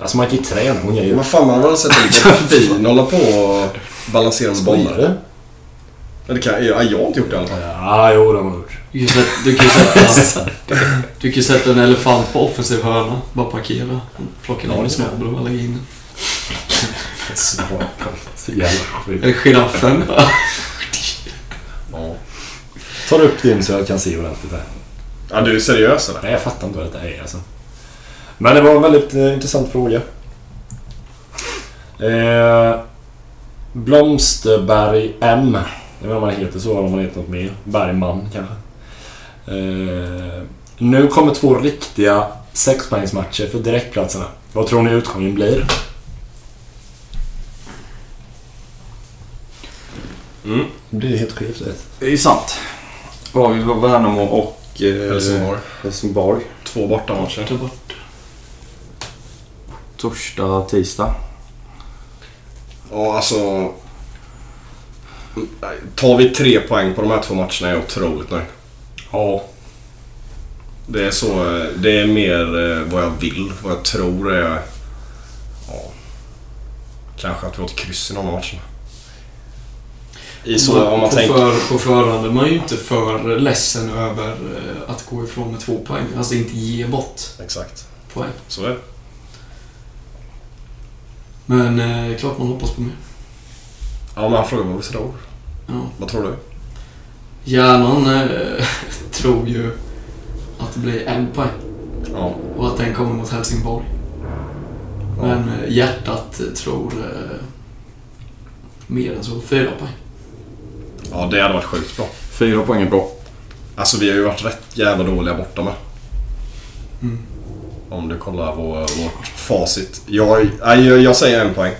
Alltså man kan ju träna. Hon gör ju... Vad fan, man har väl sett en delfin hålla på och balansera med bollar. Men det kan, ja, jag har inte gjort det i alla fall. Ja, jo det har man gjort. Du kan sätta, du kan sätta, du kan sätta en elefant på offensiv hörna. Bara parkera. Plocka ner en snabel och lägga in den. Snarkant. Jävla skit. Eller giraffen. Ja. Tar upp din så jag kan se ordentligt här. Ja, du är seriös eller? Nej, jag fattar inte vad detta är alltså. Men det var en väldigt eh, intressant fråga. Eh, Blomsterberg M. Jag vet inte om han heter så eller om han heter något mer. Bergman kanske. Eh, nu kommer två riktiga sexpoängsmatcher för direktplatserna. Vad tror ni utgången blir? Mm. Det blir helt skevt det. Det är ju sant. Ja, vi var Värnamo och eh, Helsingborg. Helsingborg. Två bortamatcher. Ta bort. Torsdag, tisdag. Ja, alltså... Tar vi tre poäng på de här två matcherna är jag otroligt nöjd. Ja. Det är så... eh, Det är mer eh, vad jag vill, vad jag tror är... Ja. Kanske att vi åt kryss i någon av matcherna. I så, om man på, tänker... för, på förhand är man ju inte för ledsen över eh, att gå ifrån med två poäng. Alltså inte ge bort Exakt. poäng. Så är det. Men eh, klart man hoppas på mer. Ja, men han frågar vad vi tror. Ja. Vad tror du? Hjärnan eh, tror ju att det blir en poäng Ja. och att den kommer mot Helsingborg. Men eh, hjärtat tror eh, mer än så. Fyra poäng. Ja, det hade varit sjukt bra. Fyra poäng är bra. Alltså vi har ju varit rätt jävla dåliga borta med. Mm. Om du kollar vår, vårt facit. Jag, nej, jag, jag säger en poäng.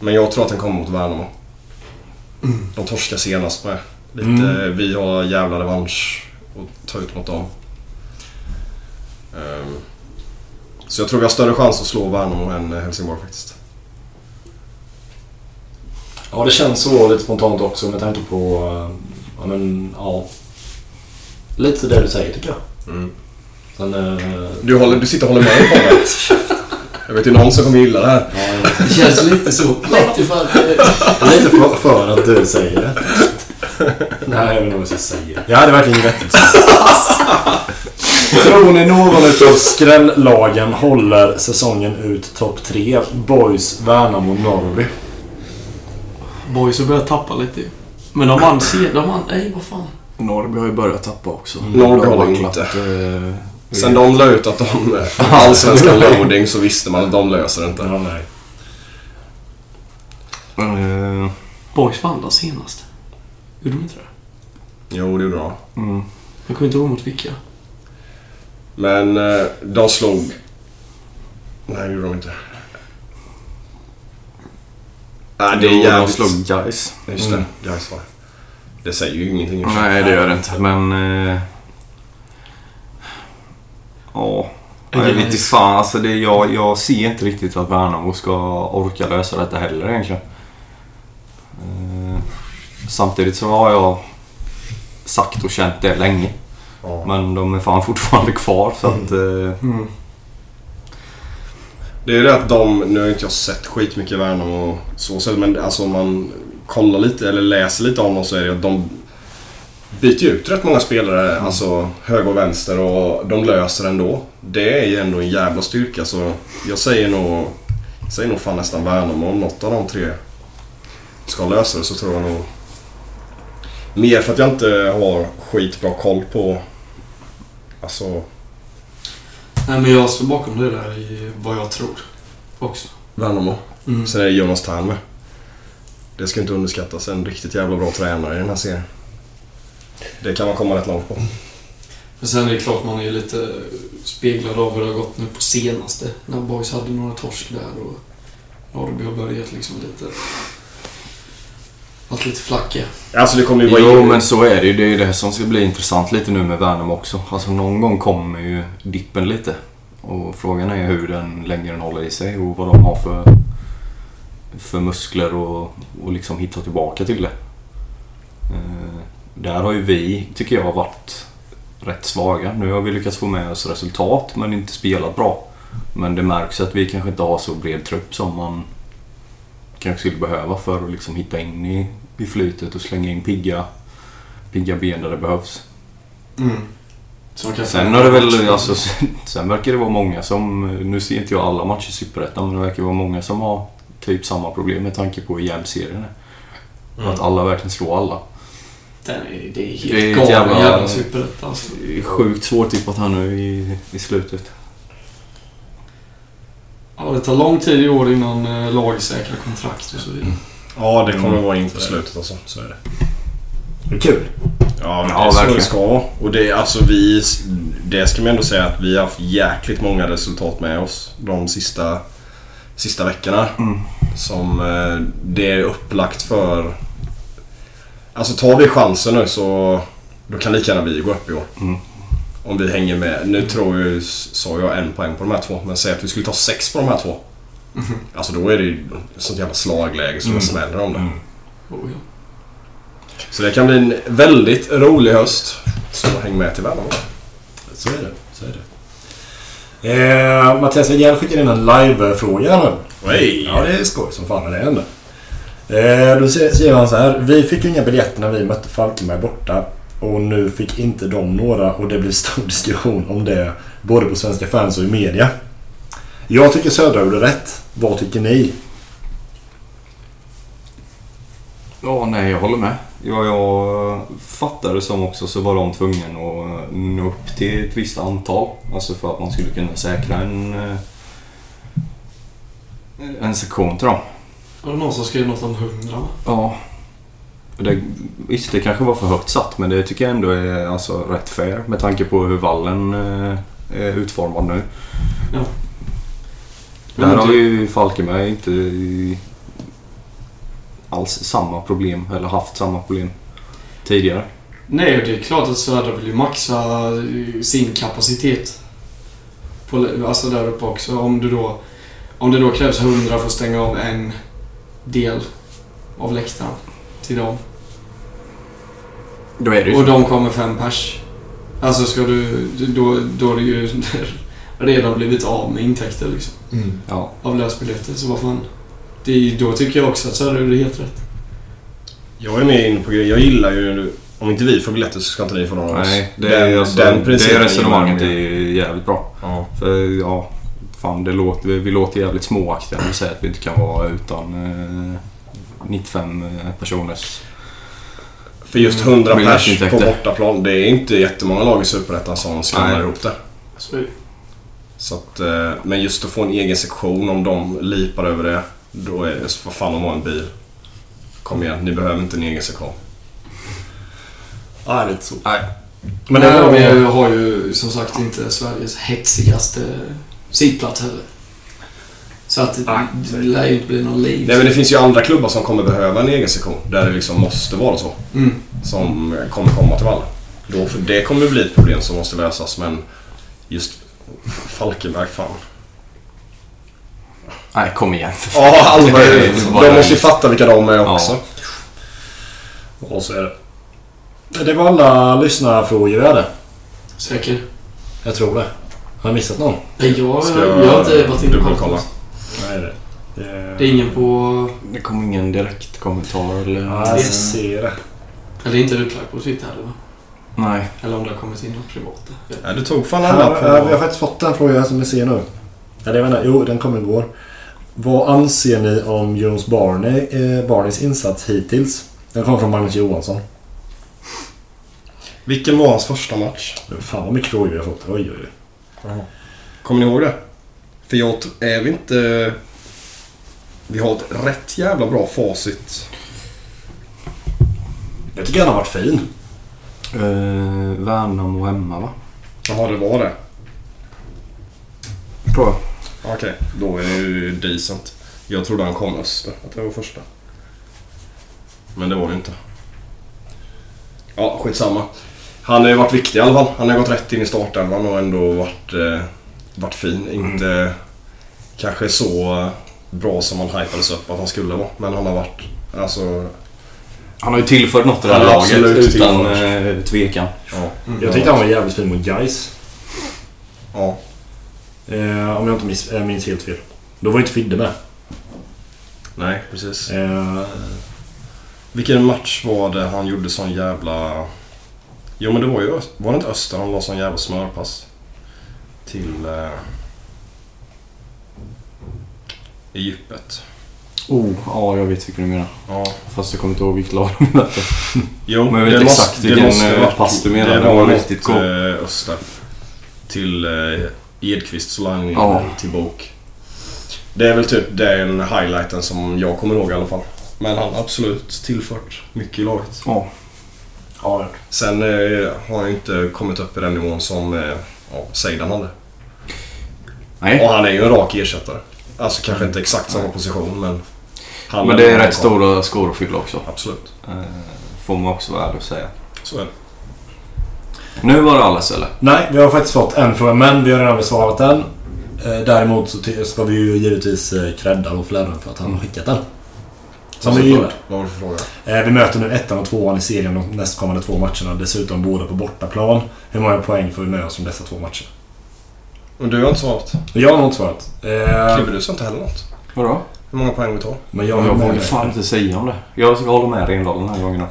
Men jag tror att den kommer mot Värnamo. De torskar senast med. Lite, Vi har jävla revansch att ta ut mot dem. Ehm, så jag tror vi har större chans att slå Värnamo än eh, Helsingborg faktiskt. Ja, det känns så lite spontant också med tanke på... eh, Ja, men ja. Lite det du säger tycker jag. Mm. Sen... eh, Du, håller, du sitter och håller med på det. Jag vet ju någon som kommer gilla det här. Ja, jag vet Det känns lite så. Lite för att... Jag är Lite för, för att du säger det. Nej, jag vet inte vad jag ska säga. Jag hade verkligen vettigt. Tror ni någon utav skrälllagen håller säsongen ut topp 3? Boys, Värnamo, Norrby. Boys har börjat tappa lite ju. Men de vann se... De vann... Nej, vad fan. Norrby har ju börjat tappa också. Norrby De har vacklat, inte. eh, Sen de la ut att de allsvenska loading så visste man att de löser det inte. Ja, nej. eh, Boys vann då senast. Gjorde de inte det? Jo, det gjorde de. mm. Jag kommer inte ihåg mot vilka. Men eh, de slog... Nej, det gjorde de inte. Nej, Ah, det är Jo, jävligt... De slog Mm, guys. Just det, Gais var det. Det säger ju ingenting. i och för sig. Nej, det gör det inte. Men... eh, Ja. Jag vet inte fan. Alltså det, jag, jag ser inte riktigt att Värnamo ska orka lösa detta heller egentligen. Eh, Samtidigt så har jag sagt och känt det länge. Ja. Men de är fan fortfarande kvar så att... eh, Mm. Det är ju det att de... Nu har inte jag sett skitmycket Värnamo och så sett, men alltså om man kollar lite eller läser lite om dem så är det ju att de byter ju ut rätt många spelare, alltså höger och vänster och de löser ändå. Det är ju ändå en jävla styrka så jag säger nog, jag säger nog fan nästan Värnamo om något av de tre ska lösa det så tror jag nog mer för att jag inte har skitbra koll på alltså Nej, men jag står bakom det där i vad jag tror. Också. Värnamo. Mm. Sen är det Jonas Tern med. Det ska inte underskattas. En riktigt jävla bra tränare i den här serien. Det kan man komma rätt långt på. Men sen är det klart man är lite speglad av hur det har gått nu på senaste. När Boys hade några torsk där och Norrby har börjat liksom lite... Varit lite flackiga. Alltså det kommer ju vara... Jo men så är det ju. Det är ju det som ska bli intressant lite nu med Värnamo också. Alltså någon gång kommer ju dippen lite. Och frågan är hur den, länge den håller i sig och vad de har för, för muskler och, och liksom hitta tillbaka till det. Eh, där har ju vi, tycker jag, varit rätt svaga. Nu har vi lyckats få med oss resultat men inte spelat bra. Men det märks att vi kanske inte har så bred trupp som man kanske skulle behöva för att liksom hitta in i, i flytet och slänga in pigga, pigga ben där det behövs. Mm. Så de kan Sen har det väl, alltså, sen- sen verkar det vara många som, nu ser inte jag alla matcher i Superettan, men det verkar vara många som har typ samma problem med tanke på hur jämn serien är. Att alla verkligen slår alla. Den är, det är helt Det är ett galen jävla- jävla, superrätt alltså. Det är Sjukt svårtippat här nu i, i slutet. Ja, det tar lång tid i år innan eh, lag säkrar kontrakt och så vidare. Mm. Ja, det kommer vara in på slutet alltså. Så är det. Det är kul. Ja, men Ja, det är så verkligen. det ska vara. Och det, är alltså vi... Det ska man ändå säga att vi har haft jäkligt många resultat med oss de sista, Mm. sista veckorna. Som eh, det är upplagt för Alltså tar vi chansen nu så då kan lika gärna vi gå upp i år. Mm. Om vi hänger med. Nu tror jag, sa jag en poäng på de här två, men säg att vi skulle ta sex på de här två. Alltså då är det ju sånt jävla slagläge som Mhm. Mm. smäller om det. Mm. Oh, ja. Så det kan bli en väldigt rolig höst. Så häng med till Värnamo. Så är det. Så är det. Eh, Mattias Widell skickar in en live-fråga här nu. Hej! Ja, det är skoj som fan när det händer. Eh, då se- säger han så här. Vi fick ju inga biljetter när vi mötte Falkenberg borta. Och nu fick inte de några och det blev stor diskussion om det. Både på svenska fans och i media. Jag tycker Södra gjorde rätt. Vad tycker ni? Ja, nej, jag håller med. Ja, jag fattar det som också så var de tvungna att nå upp till ett visst antal. Alltså för att man skulle kunna säkra en, eh, en sektion till dem. Var det någon som skrev något om hundra? va? Ja. Det, visst, det kanske var för högt satt men det tycker jag ändå är alltså, rätt fair med tanke på hur vallen eh, är utformad nu. Ja. Där har ju Falkenberg inte i- alls samma problem, eller haft samma problem tidigare. Nej, och det är klart att Södra vill ju maxa eh, sin kapacitet. På, alltså där uppe också. Om, du då, om det då krävs 100 för att stänga av en del av läktaren till dem. Då är det Och de kommer fem pers. Alltså ska du... Då, då har du ju redan blivit av med intäkter liksom. Ja, Av lösbiljetter, så vad fan. Det, är ju- då tycker jag också att Södra gjorde helt rätt. Jag är mer inne på grejen. Jag gillar ju... Om inte vi får biljetter så ska inte ni få någon av oss. nej, det, är, alltså, det principen resonemanget är gillar jag. ju jävligt bra. Ja. För ja, fan det låter, vi, vi låter jävligt småaktiga när vi säger att vi inte kan vara utan eh, 95 personers... För just 100 Mm. pers på Biljettintäkter. bortaplan. Det är inte jättemånga lag i Superettan som skramlar Nej. ihop det. Så är det. Så att, eh, men just att få en egen sektion om de lipar över det. Då är det så vad fan de har en bil. Kom igen, ni behöver inte en egen sektion. Nej, Ah, det är inte så. Nej. Men Men det Nej, var... vi har ju som sagt inte Sveriges hetsigaste sittplats heller. Så att Nej. det lär ju inte bli någon liv. Nej men det finns ju andra klubbar som kommer behöva en egen sektion. Där det liksom måste vara så. mm. Som kommer komma till vall. Då, för det kommer bli ett problem som måste lösas men just Falkenberg, fan. Nej, kom igen. Ja, alla Det är bara- De måste ju fatta vilka de är Ja. också. Och så är det. Det var alla lyssnarfrågor vi hade. Säker? Jag tror det. Har jag missat någon? Nej, jag, Eh, Ska jag, har inte varit inne på dubbelkolla? Eh. det. Nej, det... Det, Det är ingen på... Det kom ingen direkt kommentar eller... Mm. Ja, jag ser det. Eller inte utlagt på Twitter heller va? Nej. Eller om det har kommit in något privat. där. Ja, du tog fan alla Ja, på... ja, vi har faktiskt fått en fråga som vi ser nu. Eller jag menar, jo den kom igår. Vad anser ni om Jones Barney, eh, Barneys insats hittills? Den kom från Magnus Johansson. Vilken var hans första match? Fan vad mycket frågor vi har fått. Oj, oj, oj. Kommer ni ihåg det? För jag t- är vi inte... Vi har ett rätt jävla bra facit. Jag tycker han har varit fin. Uh, Värnamo hemma va? Jaha, det var det. Tror jag. Okej, då är det ju decent. Jag trodde han kom öster, att det var första. Men det var det inte. Ja, skitsamma. Han har ju varit viktig i alla fall. Han har gått rätt in i startelvan och ändå varit, eh, varit fin. Mm. Inte kanske så bra som han hypades upp att han skulle vara. Men han har varit... Alltså... Han har ju tillfört något till det här Han har laget absolut utan tillfört. eh, tvekan. Ja. Jag tyckte han var jävligt fin mot Gais. ja. Eh, om jag inte miss, eh, minns helt fel. Då var inte Fidde med. Nej, precis. Eh, Vilken match var det han gjorde sån jävla... Jo men det var ju... Öst- Var det inte Öster han la sån jävla smörpass? Till... Eh... I djupet. Oh, ja jag vet vilken du menar. Ja. Fast jag kommer inte ihåg vilket lag de mötte. Jo, Men jag vet exakt vilken, eh, pass du menar. Det Det var var något, riktigt cool. eh, Öster. Till eh, Edqvists line Ja. till bok. Det är väl typ den highlighten som jag kommer ihåg i alla fall. Men han har absolut tillfört mycket i laget. Ja. ja, Sen eh, har han ju inte kommit upp i den nivån som eh, ja, Seidan hade. Nej. Och han är ju en rak ersättare. Alltså kanske inte exakt samma position men... han- Men det är rätt stora skor att fylla också. Absolut. Eh, Får man också vara ärlig och säga. Så är det. Nu var det alles eller? Nej, vi har faktiskt fått en fråga, men vi har redan besvarat den. Eh, Däremot så ty- ska vi ju givetvis eh, credda och flädra för att han har skickat den. Som vi gillar. Vad var det för fråga? Eh, Vi möter nu ettan och tvåan i serien de nästkommande två matcherna. Dessutom båda på bortaplan. Hur många poäng får vi med oss från dessa två matcher? Men du har inte svarat. Jag har nog inte svarat. Eh, Klibbe, du sa inte heller något. Vadå? Hur många poäng vi tar? Men jag Jag, har vågar med fan fan. inte säga om det. Jag ska hålla med Rindal den här gången.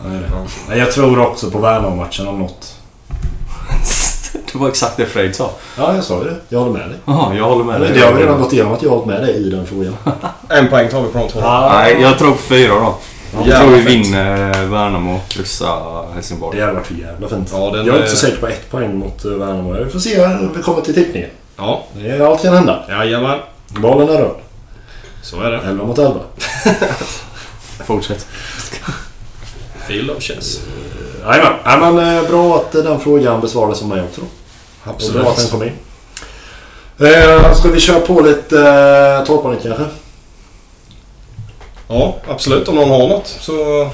Jag tror också på Värnamo-matchen om något. Det var exakt det Fred sa. Ja, jag sa ju det. Jag håller med dig. Jaha, jag håller med Eller, dig. det har vi redan gått igenom att jag har hållit med dig i den frågan. En poäng tar vi på de två. Nej, jag tror på fyra då. Jag Jävla tror vi fett. vinner eh, Värnamo, kryssa Helsingborg. Det hade varit för jävla fint. Ja, den eh, jag är är- inte så säker på ett poäng mot eh, Värnamo. Vi får se när vi kommer till tippningen. Ja. Det är- Allt kan hända. Jajamän. Bollen är röd. Så är det. 11 mot 11. Fortsätt. Field of chess. Jajamän. Nej, men eh, bra att eh, den frågan besvarades av mig också. Och bra att den Absolut. kom in. Eh, ska vi köra på lite eh, torrpanik kanske? Ja, absolut. Om någon har något så...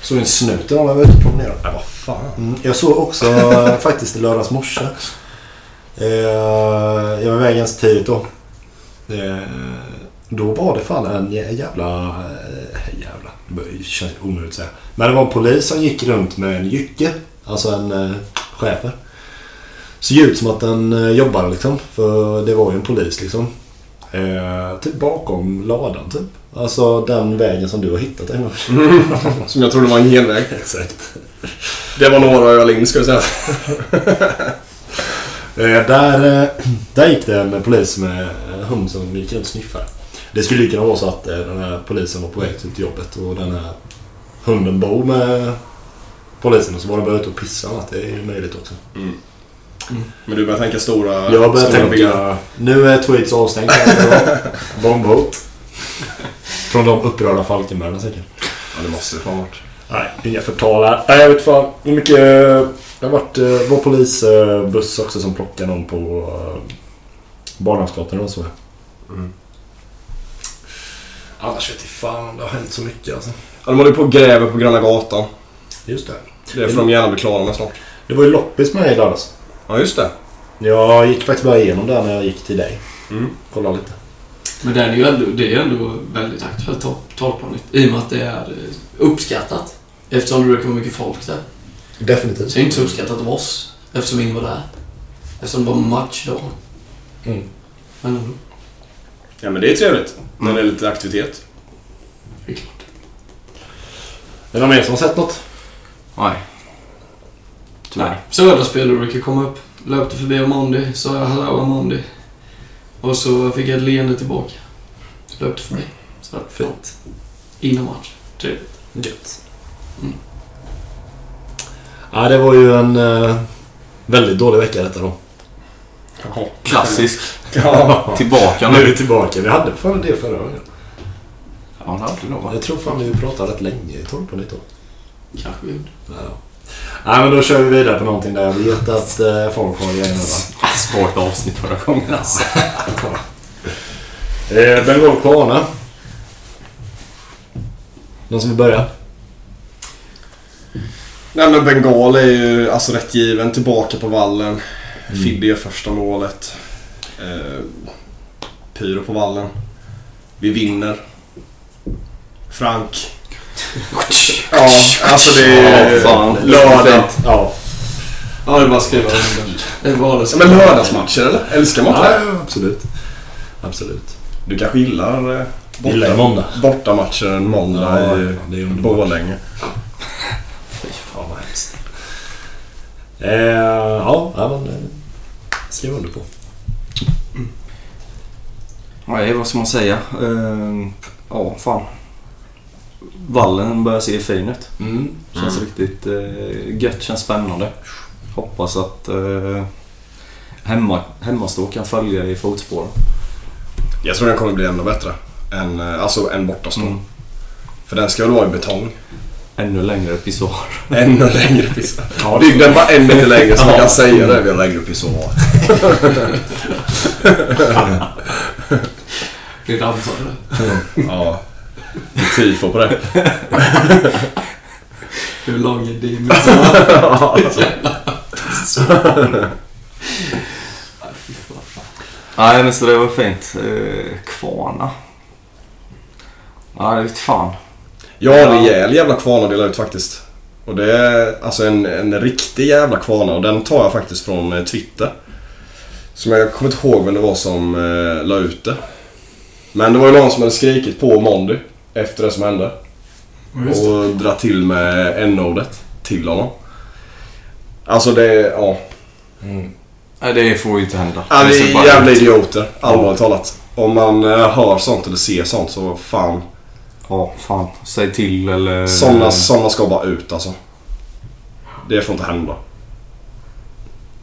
Såg en snut idag när jag var ute och promenerade. Nej, vad fan. Mm, jag såg också eh, faktiskt i lördags morse. Eh, jag var iväg ganska tidigt då. Eh, då var det fan en jä- jävla... Eh, jävla... Det bör- det känns onödigt att säga. Men det var en polis som gick runt med en jycke. Alltså en eh, schäfer. Såg ut som att den eh, jobbade liksom. För det var ju en polis liksom. Eh, typ bakom ladan typ. Alltså den vägen som du har hittat en gång. Som jag trodde var en genväg. Exakt. Det var några öl in ska jag säga. Eh, Där, eh, där gick det en polis med eh, hund som gick runt och sniffade. Det skulle ju kunna vara så att eh, den här polisen var på väg till jobbet och den här hunden bor med polisen och så var de bara ute och pissade. Att det är ju möjligt också. Men du börjar tänka stora... Jag börjar stora bilder. tänka, nu är Tweets avstängd. Bombhot. Från de upprörda Falkenbergarna säkert. Ja, det måste det fan varit. Nej, inga förtal här. Nej, jag vet fan hur mycket... eh, Det har varit eh, vår polisbuss också som plockade någon på eh, Barnhamnsgatan och så. Mm. Annars vet jag fan om det har hänt så mycket alltså. Ja, de håller på och gräver på Gröna Gatan. Just det. Det får de gärna bli klara med snart. Det var ju loppis med mig i lördags. Ja, just det. Jag gick faktiskt bara igenom där när jag gick till dig. Mm. Kolla lite. Men den är ju ändå, det är ju ändå väldigt aktuellt torp- torplanigt. I och med att det är eh, uppskattat. Eftersom det brukar vara mycket folk där. Definitivt. Så det är inte så uppskattat av oss. Eftersom ingen var där. Eftersom det var matchdag. Mm. Men ändå. Ja, men det är trevligt. När det är lite aktivitet. det är klart. Är det någon mer som har sett något? Nej. Tyvärr. Nej. Söderspelare brukar komma upp. Löpte förbi Amandi, sa jag hallå Amandi. Och så fick jag ett leende tillbaka. Så löpte förbi. Så Fint. Innan match. Typ. Gött. Ja, det var ju en eh, väldigt dålig vecka detta då. Jaha. Klassisk. Ja. Tillbaka Nu är vi nu. tillbaka. Vi hade fan det förra gången. Ja, det hade du nog va? Jag tror fan vi pratade rätt länge i torr på nytt år. Kanske vi gjorde. Nej men då kör vi vidare på någonting där jag vet att eh, folk har grejer va? Svårt avsnitt förra gången alltså. Eh, Bengal Kvarna. Någon som vill börja? Nej, men Bengal är ju alltså rätt given. Tillbaka på vallen. Fidde gör första målet. Eh, pyro på vallen. Vi vinner. Frank. Ja, alltså det Ja, är... fan. lördag. Eh, Ja. Ja, det är bara att skriva under. Det var det Ja, men lördagsmatcher eller? Älskar man inte ja, det? ja, absolut. Absolut. Du kanske gillar eh, Gillar ju måndag. bortamatcher en måndag Ja, i det är underbart. Borlänge. Fy fan vad hemskt. Eh, ja, ja, men... Eh, skriv under på. Nej, vad ska man säga? Ehm, ja, fan. Vallen börjar se fin ut. Mm. Känns riktigt eh, gött, känns spännande. Hoppas att eh, hemma, hemmastå kan följa i fotspåren. Jag tror den kommer bli ännu bättre. Än, eh, alltså en bortastå. Mm. För den ska väl vara i betong. Ännu längre pissoar. Ännu längre pissoar. Ja, Bygg den bara en meter längre så man Ja. kan säga det. Vi har längre pissoar. Det dansade. Ja. Det är Tifo på det. Hur lång är din? midsommar? Nej, fy fan. Nej, men så det var fint. Eh, Kvarna. Nej, det vet fan. Jag har en rejäl jävla kvarna att dela ut faktiskt. Och det är alltså en, en riktig jävla kvarna och den tar jag faktiskt från eh, Twitter. Som jag kommer inte ihåg vem det var som eh, la ut det. Men det var ju någon som hade skrikit på Mondy efter det som hände. Och dra till med n-ordet till honom. Alltså det, ja. Nej, det får ju inte hända. Ja, Det vi ser bara är jävla ut. idioter. Allvarligt talat. Om man eh, hör sånt eller ser sånt så fan. Ja, fan. Säg till eller... Såna, såna ska bara ut alltså. Det får inte hända.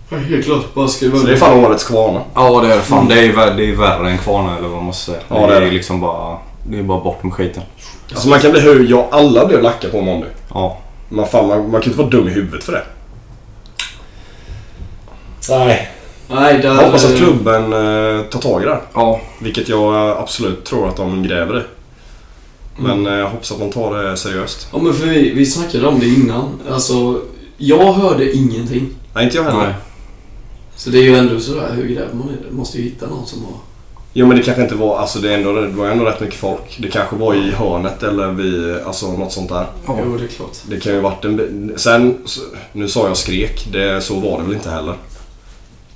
Ja, Helt klart. Bara skriva Så det är fan årets kvarna. Ja, det är det fan. Det är, vär- det är värre än Kvarna eller vad man ska säga. Ja, Mm. det, det är är det. liksom bara... Det är bara bort med skiten. Alltså man kan bli hur jag alla blev lacka på Monday. Ja. Man, fan, man, man kan inte vara dum i huvudet för det. Nej. Nej, Jag där... hoppas att klubben eh, tar tag i det här. Ja. Vilket jag eh, absolut tror att de gräver i. Men eh, jag hoppas att man tar det seriöst. Ja, men för vi, vi snackade om det innan. Alltså, jag hörde ingenting. Nej, inte jag heller. Nej. Så det är ju ändå sådär, hur gräver man i det? Måste ju hitta någon som har... Jo men det kanske inte var, alltså det, är ändå, det var ändå rätt mycket folk. Det kanske var i hörnet eller vid, alltså något sånt där. Ja. Jo, det är klart. Det kan ju varit en... bi- Sen, så- nu sa jag skrek. Det, så var det väl inte heller.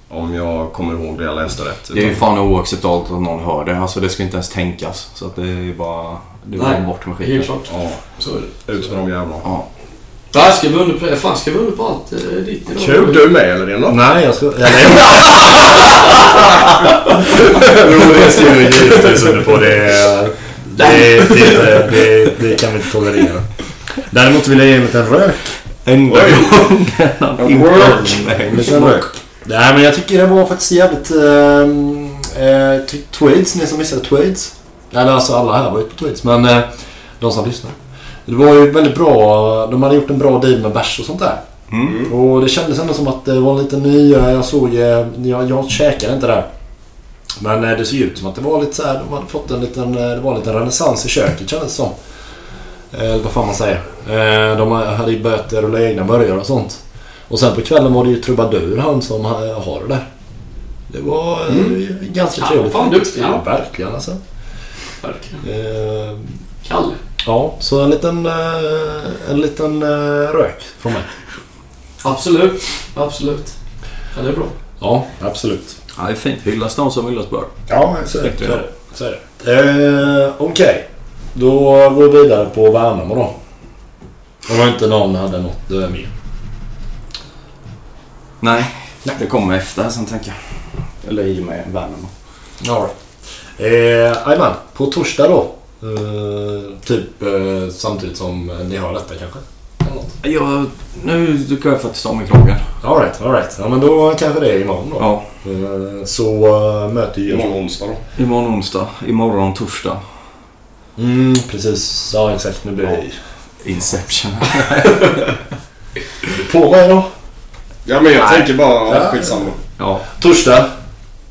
Om jag kommer ihåg det jag läste rätt. Det är ju fan oacceptabelt att någon hör det. Alltså det ska inte ens tänkas. Så att det är bara... Det är bara Nej, bort med skiten. Helt klart. Ja, Så är det. ut med de jävlarna. Ja. Där ska vi under på det. Fan, ska vi under på allt eh, ditt idag? Kul! Du är med eller det då? Nej, jag ska... Ja, nej. jo, det ska vi givetvis under på. Det, är- det, är- det, är- det, är- det kan vi inte tolerera. Däremot vill jag ge en liten rök. Enda Oj. gången han inte Work. En Nej. liten rök. Nej, men jag tycker det var faktiskt jävligt... ehm, eh, ty- Tweeds, ni som missade Tweeds. Eller alltså alla här var ju på Tweeds, men eh, de som lyssnar. Det var ju väldigt bra. De hade gjort en bra deal med bärs och sånt där. Mm. Och det kändes ändå som att det var lite nya. Jag såg... eh, Jag, jag käkade inte där. Men eh, det såg ut som att det var lite så här, De hade fått en liten... eh, Det var en liten renässans i köket kändes det som. Eh, Eller vad fan man säger. Eh, De hade ju börjat rulla egna burgare och sånt. Och sen på kvällen var det ju trubadur han som ha- har det där. Det var eh, ganska Mm. Ja, trevligt. fan, faktiskt. duktig, ja. verkligen alltså. Verkligen. Eh, Kalle. Ja, så en liten, eh, en liten eh, rök från mig. Absolut. Absolut. Ja, det är bra. Ja, absolut. Ja, det är fint. Hyllas de som hyllas bör. Ja, så är det. Exakt, Så ja. är det. Så är det. Eh, Okej, då går vi vidare på Värnamo då. Om inte någon hade något eh, mer. Nej. Det kommer efter sen tänker jag. Eller i och med Värnamo. Ja. Eh, Ajman, på torsdag då. Eh, typ eh, samtidigt som ni hör detta kanske. Eller något. Ja, nu tycker jag faktiskt om i krogen. All right, all right. Ja, men då kanske det är imorgon då. Ja. Eh, så eh, möter ju... Imorgon onsdag då. Imorgon onsdag. Imorgon torsdag. Mm, precis. Ja, exakt. Nu blir det... Inception. På mig då. Ja men jag tänker bara, Ja. ja, skitsamma. Ja. Torsdag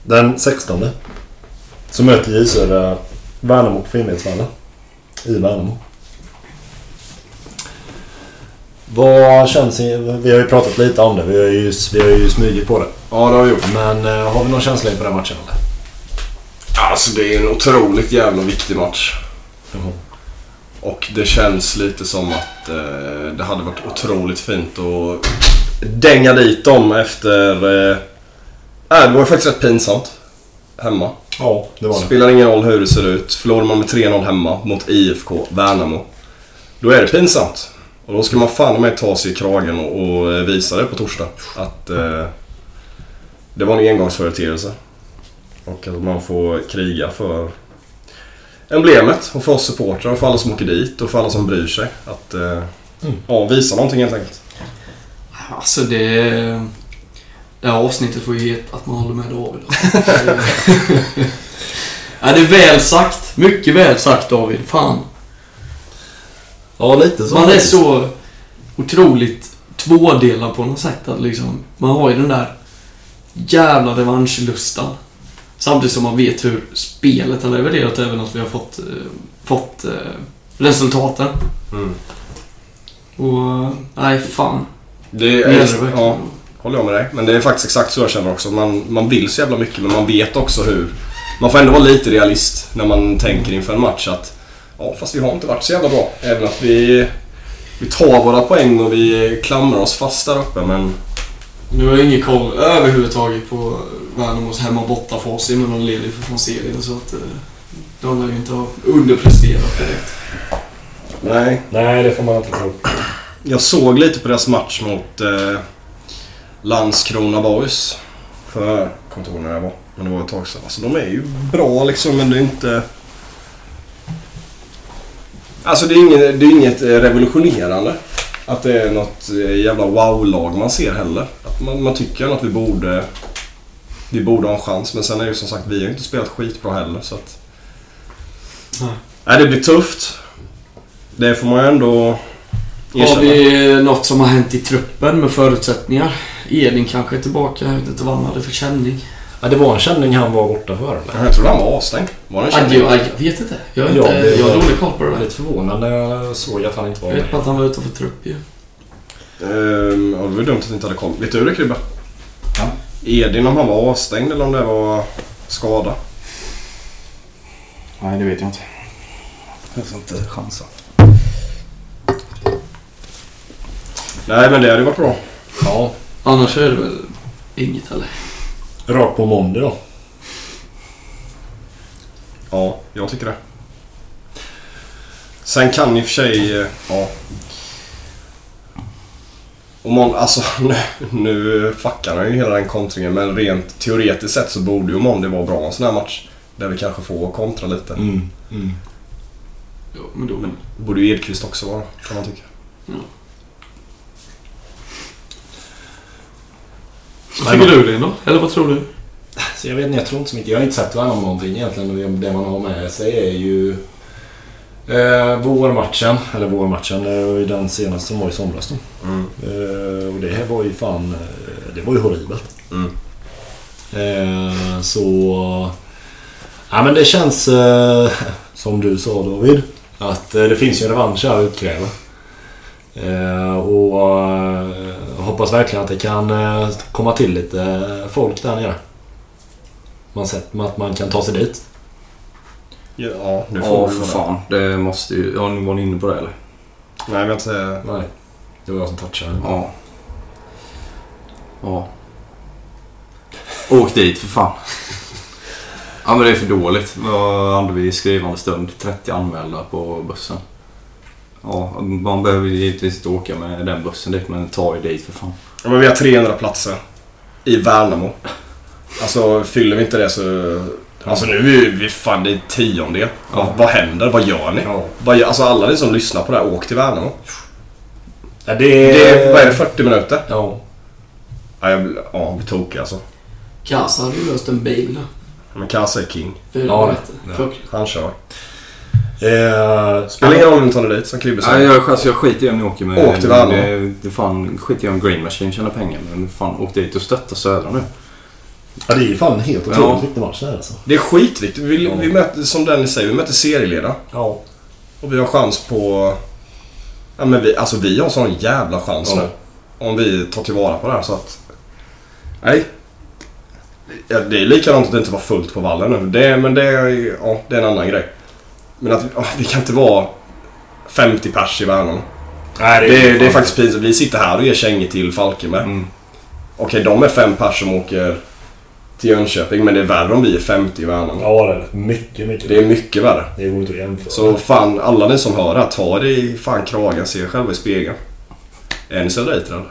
den 16 så möter J Södra Värnamo på Finnvedsvallen. I Värnamo. Vad känns... Vi har ju pratat lite om det. Vi har ju, vi har ju smugit på det. Ja det har vi gjort. Men eh, har vi någon känsla inför den matchen eller? Alltså det är en otroligt jävla viktig match. Jaha. Och det känns lite som att eh, det hade varit otroligt fint att dänga dit dem efter... Eh, äh, det var ju faktiskt rätt pinsamt. Hemma. Ja, det var det. Spelar ingen roll hur det ser ut. Förlorar man med 3-0 hemma mot IFK Värnamo. Då är det pinsamt. Och då ska man fan med ta sig i kragen och, och eh, visa det på torsdag. Att eh, det var en engångsföreteelse. Och att man får kriga för emblemet och för oss supportrar och för alla som åker dit och för alla som bryr sig. Att eh, Mm. ja, visa någonting helt enkelt. Alltså det... Det här avsnittet får ju heta att man håller med David. Alltså. ja, det är väl sagt. Mycket väl sagt David. Fan. Ja, lite så. Man är så otroligt tvådelad på något sätt. Att liksom, man har ju den där jävla revanschlustan. Samtidigt som man vet hur spelet har levererat även att vi har fått, eh, fått eh, resultaten. Och... Nej, fan. Det Det gäller är, verkligen. ja, håller jag med dig. Men det är faktiskt exakt så jag känner också. Man, man vill så jävla mycket men man vet också hur... Man får ändå vara lite realist när man tänker inför en match att ja, fast vi har inte varit så jävla bra. Även att vi, vi tar våra poäng och vi klamrar oss fast där uppe men... Nu har jag ingen koll överhuvudtaget på Värnamos hemma och bortafacit, men de leder ju för fan serien så att eh, de lär ju inte ha underpresterat direkt. Nej. Nej, det får man inte tro. Jag såg lite på deras match mot eh, Landskrona Boys. För jag kommer inte ihåg när det var, men det var ett tag sedan. Alltså de är ju bra liksom, men det är inte... Alltså det är inget, det är inget eh, revolutionerande. Att det är något eh, jävla wow-lag man ser heller. Att man, man tycker att vi borde... Vi borde ha en chans, men sen är det ju som sagt, vi har ju inte spelat skitbra heller så att... Nej. Nej, det blir tufft. Det får man ju ändå Har vi eh, något som har hänt i truppen med förutsättningar? Edin kanske är tillbaka. Jag vet inte vad han hade för känning. Ja, det var en känning han var borta för. Eller? Jag trodde han var avstängd. Var han Adjo, känd? jag vet inte. Jag, är Ja, inte, det- jag har dålig koll på det Jag var där. lite förvånad när jag såg att han inte var Jag vet med. bara att han var utanför trupp ju. Ehm, ja, det var ju dumt att vi inte hade koll. Vet du det Kribbe? Ja. Edin om han var avstängd eller om det var skada. Nej, det vet jag inte. Jag ska inte chansa. Nej men det hade ju varit bra. Ja, Annars är det väl inget heller. rakt på måndag då. Ja, jag tycker det. Sen kan i och för sig... eh, Ja. Om man, alltså nu, nu fuckar han ju hela den kontringen men rent teoretiskt sett så borde ju Mondi vara bra i en sån här match. Där vi kanske får kontra lite. Mm. Mm. Ja, men då... Men borde ju Edqvist också vara kan man tycka. Vad tycker du Linn då? Eller vad tror du? Så jag vet inte, jag tror inte så mycket. Jag har inte sett varandra om någonting egentligen. Det- Det man har med sig är ju eh, vårmatchen. Eller vårmatchen, det var ju den senaste som var i somras då. Mm. Eh, och det här var ju fan... eh, Det var ju horribelt. Mm. Eh, så... Ja men det känns... Eh, som du sa David. Att eh, det finns ju en revansch här att utkräva. Eh, och eh, jag hoppas verkligen att det kan eh, komma till lite eh, folk där nere. Man sett att man kan ta sig dit. Ja, nu Ja, vi för vara fan. Det måste ju... Ja, nu var ni inne på det eller? där. Nej, vi har inte... Nej. Det var jag som touchade. Ja. Ja. Åk dit för fan. Ja men det är för dåligt. Vad hade vi i skrivande stund? 30 anmälda på bussen. Ja, man behöver ju givetvis inte åka med den bussen dit men ta ju dit för fan. Ja, men vi har 300 platser i Värnamo. Alltså, fyller vi inte det så... Alltså nu är vi- vi fan det är tiondel. Ja. Vad, vad händer? Vad gör ni? Ja. Vad gör, alltså alla ni som lyssnar på det här, åk till Värnamo. Ja, Det är, vad är det, 40 minuter? Ja. Eh. Ja, jag blir, ja, jag blir tokig alltså. Kasa hade ju löst en bil där. Men Kasa är king. Det är Ja, ja, det- det. ja. Klockrent. Han kör. Eh, Spelar ingen roll om ni tar det dit, som Kribbe Nej, säger. jag, alltså, jag skiter i om ni åker med... Åk till Värnamo. Det, det fan, skiter i om Green Machine tjänar pengar men fan åk dit och stötta Södra nu. ja, det är ju fan en helt otroligt Ja. viktig match det här alltså. Det är skitviktigt. Vi, Ja. vi möter, som Dennis säger, vi möter serieledare. Ja. Och vi har chans på... Ja, men vi, alltså vi har sån jävla chans Ja. nu. Om vi tar tillvara på det här så att... Nej. Ja, det är likadant att det inte var fullt på vallen nu. Det, men det, är- ja, det är en annan grej. Men att ja, vi kan inte vara 50 pers i Värnamo. Nej, Det, är- det är faktiskt pinsamt. Vi sitter här och ger kängor till Falkenberg. Mm. Okej, de är fem pers som åker till Jönköping. Men det är värre om vi är 50 i Värnamo. Ja, det är det. Mycket, mycket. Det är mycket värre. Det går inte att jämföra. Så fan, alla ni som hör det här, ta det i fan kragen, se er själva i spegeln. Är ni söderiterade?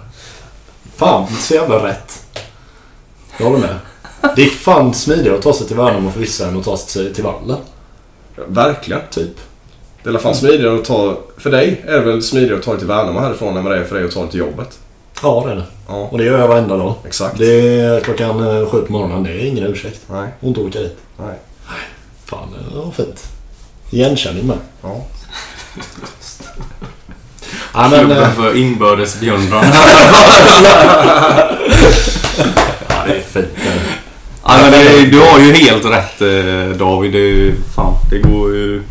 Fan, så jävla rätt. Jag håller med. Det är fan smidigare att ta sig till Värnamo för vissa än att ta sig till Valla. Verkligen. Typ. Det är i alla fall smidigare att ta... För dig är det väl smidigare att ta dig till Värnamo härifrån än vad det är för dig att ta dig till jobbet? Ja, det är det. Ja, Och det gör jag varenda dag. exakt. Det är klockan eh, sju på morgonen. Det är ingen ursäkt. Nej, Och inte åka dit. nej. Fan, det var fint. Igenkänning med. Ja. Ja, men, Klubben eh, för inbördes beundran. ja, det är fint. eh. Ja, men det, du har ju helt rätt eh, David. Det, är ju- fan, det går ju...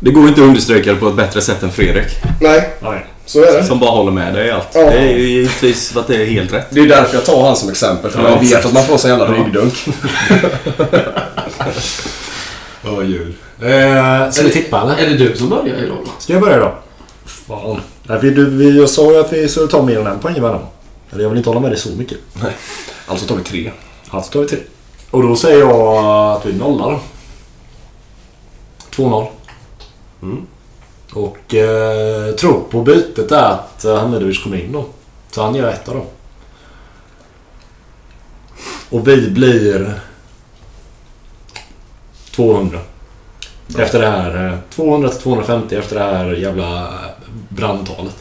Det går inte att understryka det på ett bättre sätt än Fredrik. Nej, Nej. Så är det. Som bara håller med dig i allt. Ja. Det är ju givetvis att det är helt rätt. Det är därför jag tar han som exempel. För Ja, jag vet exakt. att man får sån jävla Ja. ryggdunk. Åh, jul. Eh, ska vi tippa eller? Är det du som börjar idag då? Ska jag börja då? Fan. Nej, vi, du, vi, jag sa ju att vi skulle ta mer än en poäng varann. Eller jag vill inte hålla med dig så mycket. Alltså tar vi tre. Alltså tar vi tre. Och då säger jag att vi nollar då. 2-0. Och eh, tror på bytet är att eh, Hamidovic kommer in då. Så han gör etta då. Och vi blir 200. Efter det här... eh, 200 till 250 efter det här jävla brandtalet.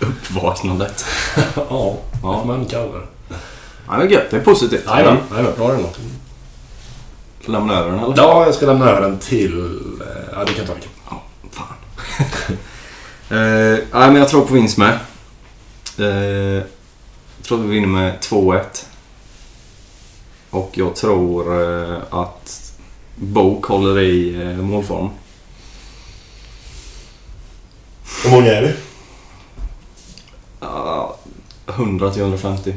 Uppvaknandet. ja, det får man kalla det. Ja, det är gött. Det är positivt. Jajamän, jajamän. Bra den då. Lämna över den eller? Ja, jag ska lämna över den till... eh, Ja, du kan ta den. Fan. eh, nej, men jag tror på vinst med. Eh, jag tror att vi vinner med 2-1. Och jag tror eh, att Bok håller i eh, målform. Hur många är vi? Ja, 100 till 150.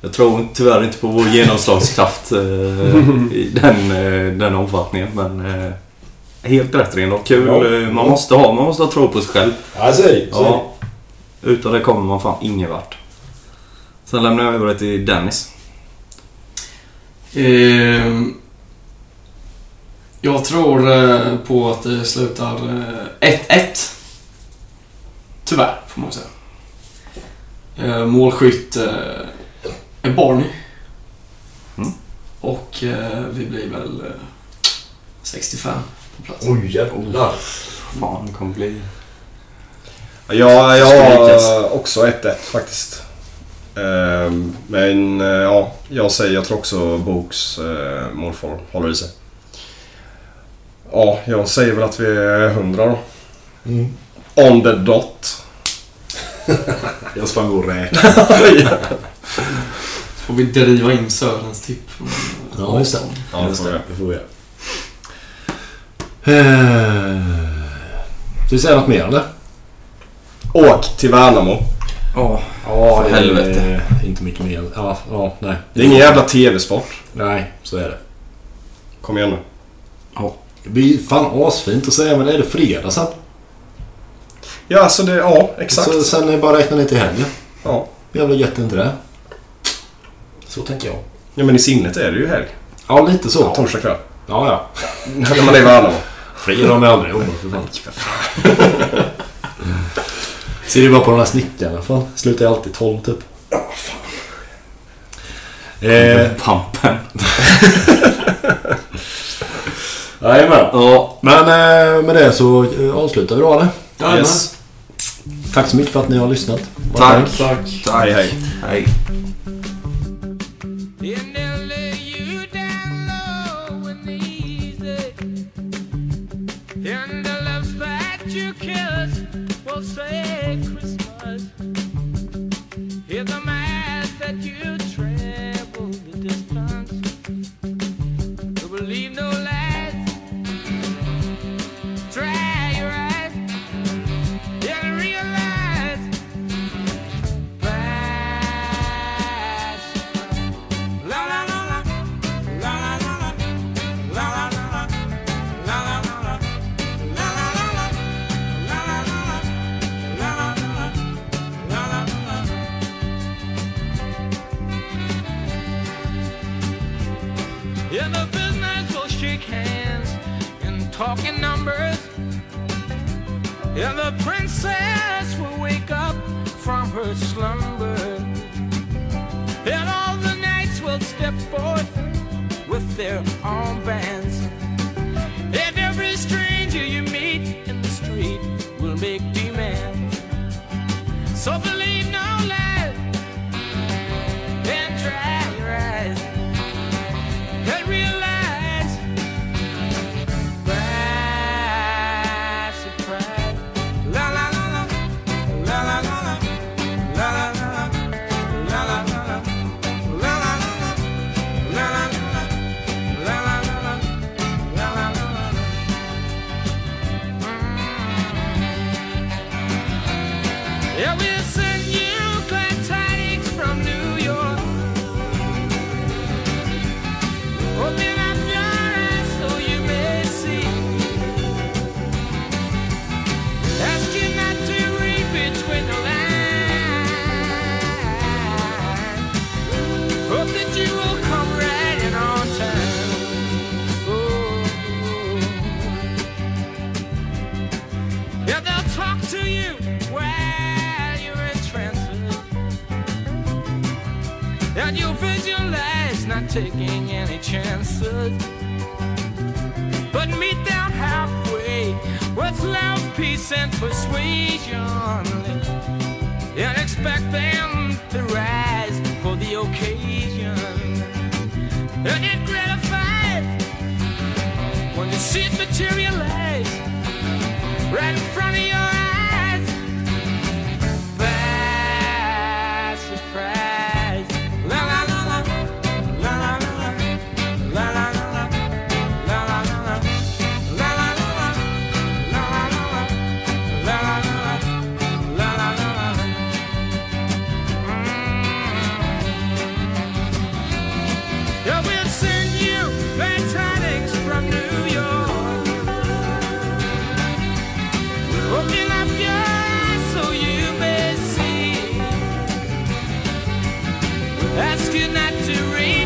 Jag tror tyvärr inte på vår genomslagskraft eh, i den, eh, den omfattningen men eh, helt rätt Rindor. Kul. Ja. eh, Man, måste ha, man måste ha tro på sig själv. Ja, så är det Ja. Utan det kommer man fan ingen vart. Sen lämnar jag över det till Dennis. Ehm, jag tror eh, på att det slutar eh, 1-1. Tyvärr, får man säga. Eh, målskytt eh, är Barney. Mm. Och eh, vi blir väl eh, 65 på plats. Oj, jävlar. Fan, det kommer bli... Ja, jag Skrikas. har också 1-1 faktiskt. Ehm, Men eh, ja, jag säger, jag tror också Boks eh, målform håller i sig. Ja, jag säger väl att vi är 100 då. Mm. On the dot. Jag ska fan gå och räkna. Får vi driva in Sörens tipp. från, eh, Ja, just det. Ja, det får jag. Det får vi göra. Eh, Ska vi säga något mer eller? Åk till Värnamo. Ja. Ja, För det är helvete. Inte mycket mer. Ja, ja, nej. Det är ingen jävla TV-sport. Nej, så är det. Kom igen nu. Det blir fan asfint att säga, men är det fredag sen? Ja, alltså det, ja exakt. Så sen är det bara att räkna ner till helgen. Ja. Jävla gött är inte det? Så tänker jag. ja, men i sinnet är det ju helg. Ja, lite så. Ja, Torsdag kväll. ja. När man är i Värnamo. Fredag har man aldrig jobbat för fan. Ser du bara på den här snickaren i alla fall. Slutar ju alltid 12 typ. Ja, fan. Eh, Pampen. jajamän. Ja. Men eh, med det så eh, avslutar vi då eller? Jajamän. Yes. Tack så mycket för att ni har lyssnat. Tack. Tack. Tack. Hej, hej. hej. And they'll lay you down low and easy. And the love that you kiss will say Christmas. Hear the mass that you travel the distance. Don't believe no lies. Dry your eyes and realize. Fast. La la la la, la la la la, la la la la, la la la la, la la la la, la la la la, la la la la, la la la la. In the business, we'll shake hands and talk in numbers. And the princess will wake up from her slumber. And all the knights will step forth with their armbands. And every stranger you meet in the street will make demands. So believe no lies and try your eyes and realize by surprise. La la la la, la la la la, la la la la, la la la la, la la la la, la la la la, la la la la, will send you glad tidings from New York. Open up your eyes so you may see. Ask you not to read between the lines. Hope that you will come right in on time. Oh. Yeah, they'll talk to you while you're in transit. And you'll visualize not taking any chances. But meet down halfway with love, peace, and persuasion. And expect them to rise for the occasion. And it gratifies when you see it materialize right in front of your eyes. Bad surprise. La la la la, la la la la, la la la la, la la la la, la la la la, la la la la, la la la la, la la la la. Yeah, we'll send you bad tidings from New York. Open up your eyes so you may see. Ask you not to read